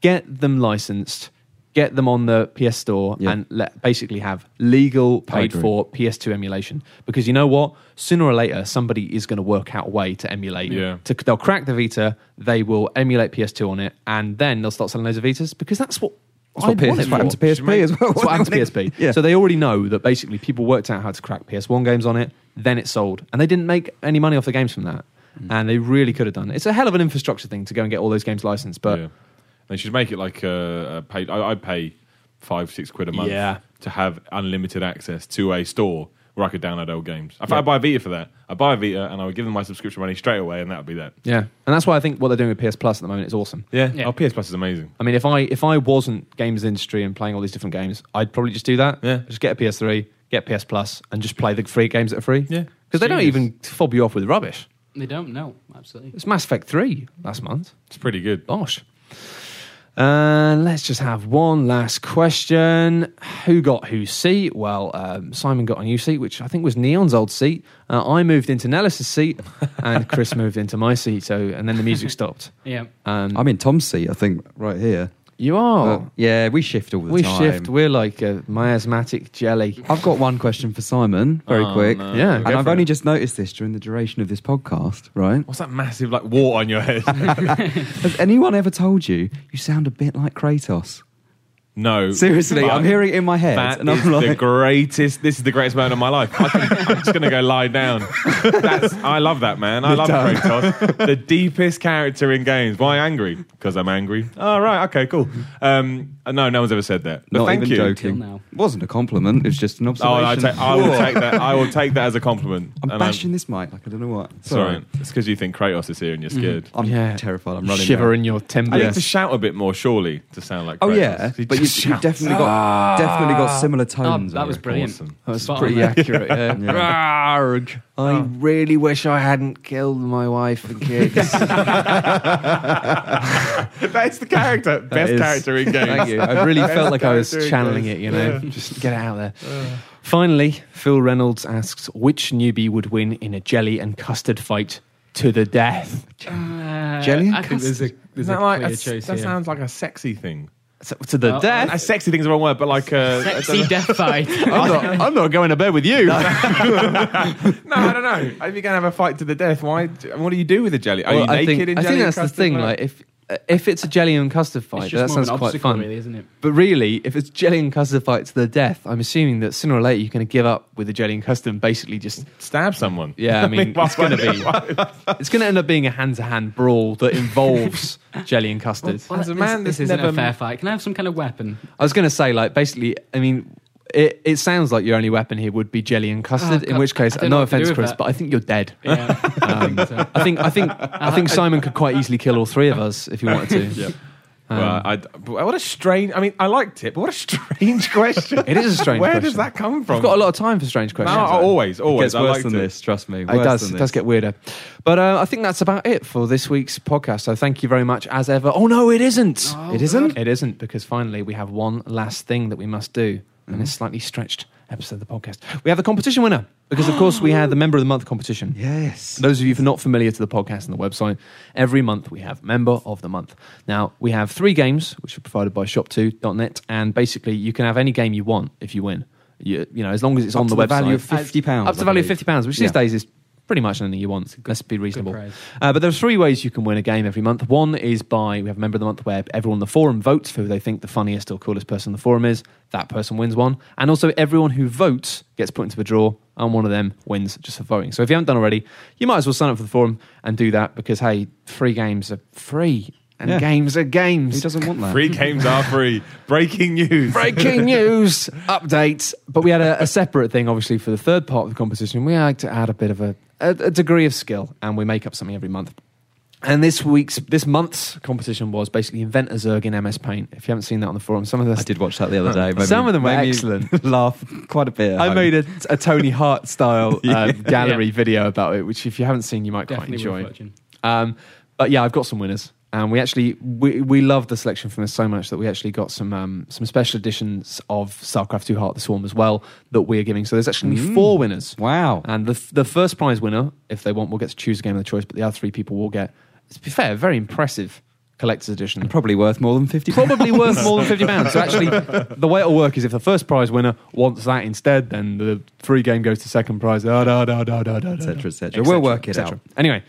Get them licensed, get them on the PS Store,
Yep.
and let, basically have legal,
I
paid
agree.
for PS2 emulation. Because you know what, sooner or later, somebody is going to work out a way to emulate.
Yeah.
To, they'll crack the Vita, they will emulate PS2 on it, and then they'll start selling loads of Vitas because that's what.
That's what
I'd want
PS
it
what happened
for.
to PSP as well.
That's what happened to PSP.
Yeah.
So they already know that basically people worked out how to crack PS1 games on it, then it sold. And they didn't make any money off the games from that.
Mm.
And they really could have done it. It's a hell of an infrastructure thing to go and get all those games licensed. But
yeah. they should make it like uh, a, a paid. I, I'd pay five, six quid a month
Yeah.
to have unlimited access to a store where I could download old games. If I buy a Vita for that, I buy a Vita and I would give them my subscription money straight away, and that would be that.
yeah. And that's why I think what they're doing with PS Plus at the moment is awesome.
Yeah,
Yeah.
oh, PS Plus is amazing.
I mean, if I if I wasn't games industry and playing all these different games, I'd probably just do that.
Yeah.
Just get a PS3, get PS Plus, and just play the free games that are free.
Yeah.
Because they don't
Genius.
even fob you off with rubbish.
They don't know absolutely.
It's Mass Effect 3 last month.
It's pretty good.
Bosh. And Uh, let's just have one last question. Who got whose seat? Well, um, Simon got a new seat, which I think was Neon's old seat. Uh, I moved into Nellis's seat, and Chris moved into my seat. So, and then the music stopped.
Yeah,
Um,
I'm in Tom's seat, I think, right here.
you
But,
are.
yeah, we shift all the
Oh. we
time.
shift. We're like a miasmatic jelly.
I've got one question for Simon, very
Oh,
quick.
no.
Yeah.
Uh, And
Go
I've
for
only
it.
just noticed this during the duration of this podcast, right?
What's that massive like wart on your head?
Has anyone ever told you you sound a bit like Kratos?
no,
Seriously,
But
I'm hearing it in my head,
That
and I'm
is the
like,
greatest. This is the greatest moment of my life. I can, I'm just gonna go lie down. That's, I love that man. I love Kratos, the deepest character in games. Why angry? Because I'm angry. Oh right, okay, cool. Um, no, no one's ever said that. But
not
thank
even
you.
joking.
Till now.
Wasn't a compliment. It was just an
Oh, I,
observation.
take, I will take that. I will take that as a compliment.
I'm
And
bashing this mic like I don't know what.
sorry. it's because you think Kratos is here and you're scared.
I'm
Yeah.
terrified. I'm running.
Shiver
now.
in your
I
timbers.
need to shout a bit more, surely, to sound like.
Oh
Kratos.
yeah,
He
but you,
just
you've
shouts.
definitely got definitely got similar tones.
Oh, that
I
was
reckon.
brilliant.
Awesome.
That Ah. was
Spot on
pretty
there.
accurate. Yeah.
Yeah.
Arg.
Oh.
I really wish I hadn't killed my wife and kids.
That's the character. Best
is-
character in games.
Thank you. I really felt like I was
character
channeling it, you know. Just get it out there. Finally, Phil Reynolds asks which newbie would win in a jelly and custard fight to the death?
Uh,
Jelly and
I think there's a there's
Isn't
a
that like
clear
a-
choice
that
here.
sounds like a sexy thing.
So, to the
Oh,
death?
A sexy thing's the wrong word, but like uh,
Sexy death fight.
I'm not, I'm not going to bed with you.
no, I don't know. If you're gonna have a fight to the death, why? What do you do with a jelly? Are
Well,
you
I
naked
think,
in
I
jelly?
think
and
that's the
custard?
thing.
No.
Like, if uh, if it's a jelly and custard
it's
fight,
just
that
more of
sounds
an
quite
obstacle,
fun.
really, isn't it?
But really, if it's jelly and custard fight to the death, I'm assuming that sooner or later you're going to give up with the jelly and custard and basically just
stab someone.
Yeah, I mean,
why-
it's going to be. It's going to end up being a hand-to-hand brawl that involves jelly and custard.
Well,
As a
this-
man,
this,
this
isn't
never-
a fair fight. Can I have some kind of weapon?
I was going to say, like, basically, I mean, it, it sounds like your only weapon here would be jelly and custard.
Oh,
in which
God,
case,
I don't know
no
what to do
offense,
with
Chris,
that.
but I think you're dead.
Yeah, I think so. oh,
I think, I think, I think Simon could quite easily kill all three of us if he wanted to. yeah. um,
well, I, but what a strange. I mean, I liked it, but what a strange question.
It is a strange.
Where
question.
does that come from?
I've got a lot of time for strange
No,
questions.
I- always,
It
always.
gets
I
worse
liked
than
it.
this. Trust me.
It
worse
does.
than
It does
this.
get weirder. But uh, I think that's about it for this week's podcast. So thank you very much, as ever. Oh, no, it isn't.
Oh,
it isn't? It isn't, because finally we have one last thing that we must do in this slightly stretched episode of the podcast. We have the competition winner, because of course we had the Member of the Month competition.
Yes.
Those of you who are not familiar to the podcast and the website, every month we have Member of the Month. Now, we have three games, which are provided by shop2.net, and basically you can have any game you want if you win. You, you know, as long as it's
Up
on
to
the website.
the value of £50,
Up to
I
the value of
believe.
£50, which
Yeah.
these days is pretty much anything you want. Let's be reasonable.
prize.
Uh, but there are three ways you can win a game every month. One is by we have a member of the month where everyone on the forum votes for who they think the funniest or coolest person on the forum is. That person wins one, and also everyone who votes gets put into a draw, and one of them wins just for voting. So if you haven't done already, you might as well sign up for the forum and do that because hey, free games are free, and
Yeah.
games are games.
Who doesn't want that?
Free games are free. Breaking news.
Breaking news updates. But we had a, a separate thing, obviously, for the third part of the competition. We like to add a bit of a, a, a degree of skill, and we make up something every month. And this week's, this month's competition was basically invent a zerg in MS Paint. If you haven't seen that on the forum, some of
I
the
did watch that the other day. Made
Some
me-
of them were
made me
excellent.
laugh quite a bit. at
I
home.
made a, a Tony Hart style
Um, Yeah.
um, gallery video about it, which if you haven't seen, you might
Definitely
quite
worth
enjoy.
watching.
Um, but yeah, I've got some winners, and we actually we, we love the selection from this so much that we actually got some um, some special editions of StarCraft Two Heart of the Swarm as well that we are giving. So there's actually gonna be four winners,
Mm. Wow.
and the f- the first prize winner, if they want, will get to choose a game of their choice. But the other three people will get, to be fair, a very impressive collector's edition.
Probably worth more than 50
Probably worth more than fifty pounds. So actually, the way it'll work is if the first prize winner wants that instead, then the free game goes to second prize. Da, da, da, da, da, da, da,
etc.
da.
etc. We'll work it
etc..
out.
Anyway,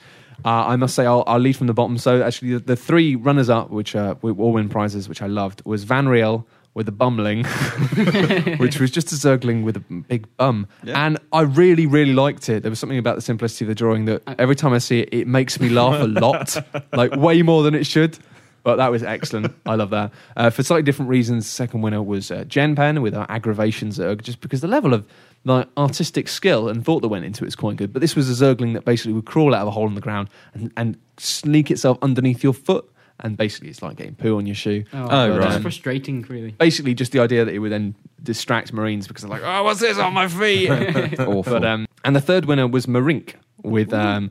uh, I must say I'll, I'll lead from the bottom. So actually, the, the three runners-up, which uh, we all win prizes, which I loved, was Van Riel with the bumling, which was just a zergling with a big bum.
Yeah.
And I really, really liked it. There was something about the simplicity of the drawing that every time I see it, it makes me laugh a lot, like way more than it should. But that was excellent. I love that. Uh, for slightly different reasons, second winner was uh, Gen Pen with our aggravation zerg, just because the level of like artistic skill and thought that went into it is quite good. But this was a zergling that basically would crawl out of a hole in the ground and, and sneak itself underneath your foot, and basically it's like getting poo on your shoe.
Oh,
It's
right.
frustrating, really.
Basically, just the idea that it would then distract Marines because they're like, "Oh, what's this on my feet?"
Awful.
But um, and the third winner was Marink with um,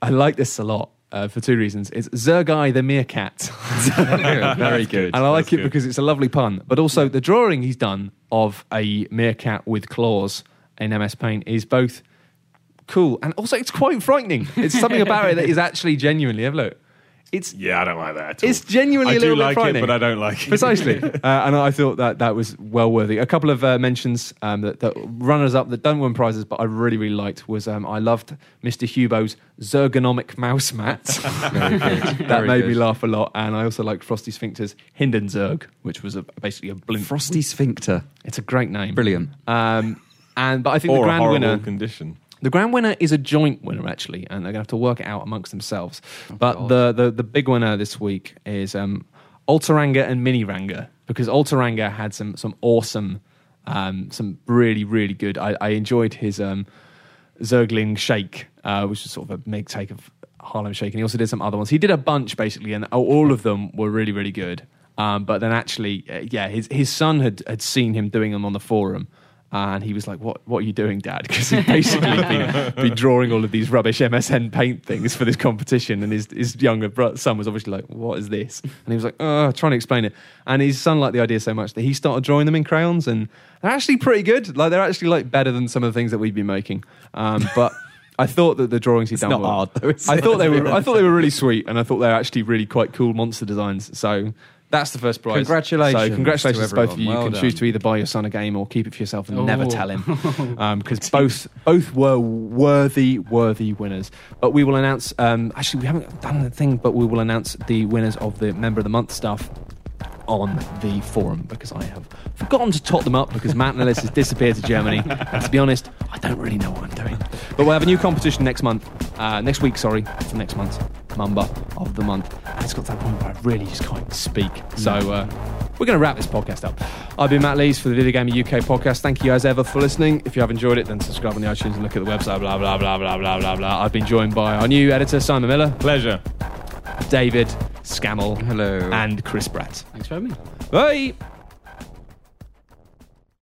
I like this a lot uh, for two reasons. It's Zergai the meerkat,
Very good.
and I like
That's
it
good.
because it's a lovely pun. But also the drawing he's done of a meerkat with claws in MS Paint is both cool and also it's quite frightening. It's something about it that is actually genuinely. Have a look. It's
Yeah, I don't like that. At all.
it's genuinely
I
a little
do
bit
like it,
frightening.
but I don't like it.
Precisely. uh, and I thought that that was well worthy. A couple of uh, mentions um, that, that runners up that don't win prizes, but I really, really liked was um, I loved Mr. Hubo's Zergonomic Mouse Mat. that
Very
made
good.
me laugh a lot. And I also liked Frosty Sphincter's Hindenzerg, which was a, basically a blimp.
Frosty Sphincter.
It's a great name.
Brilliant.
Um, and but I think the
Or a
grand
horrible
winner,
condition.
the grand winner is a joint winner actually, and they're going to have to work it out amongst themselves. but the, the the big winner this week is um, Alteranga and Miniranga because Alteranga had some some awesome, um, some really really good. I, I enjoyed his um, Zergling Shake, uh, which was sort of a make take of Harlem Shake, and he also did some other ones. He did a bunch basically, and all of them were really really good. Um, but then actually, uh, yeah, his his son had had seen him doing them on the forum. And he was like, "What? What are you doing, Dad?" Because he'd basically been, been drawing all of these rubbish MSN Paint things for this competition, and his his younger bro- son was obviously like, "What is this?" And he was like, "Oh, trying to explain it." And his son liked the idea so much that he started drawing them in crayons, and they're actually pretty good. Like they're actually like better than some of the things that we'd been making. Um, but I thought that the drawings he'd done
not
were,
hard, though, is
I
it?
thought they were. I thought they were really sweet, and I thought they were actually really quite cool monster designs. So. That's the first prize.
Congratulations
So congratulations to
to
both of
everyone.
you. you
Well
can choose
done.
to either buy your son a game or keep it for yourself and never
Oh.
tell him because both both were worthy worthy winners. But we will announce. Um, actually, we haven't done the thing, but we will announce the winners of the member of the month stuff on the forum because I have forgotten to tot them up because Matt and Ellis has disappeared to Germany. And to be honest, I don't really know what I'm doing. But we'll have a new competition next month, uh, next week, sorry, for next month's Mumba of the month. And it's got to that point where I really just can't speak. So uh, we're going to wrap this podcast up. I've been Matt Lees for the Video Gamer UK podcast. Thank you as ever for listening. If you have enjoyed it, then subscribe on the iTunes and look at the website, blah, blah, blah, blah, blah, blah, blah. I've been joined by our new editor, Simon Miller,
Pleasure.
David Scammell,
Hello.
and Chris Bratt.
Thanks for having me.
Bye.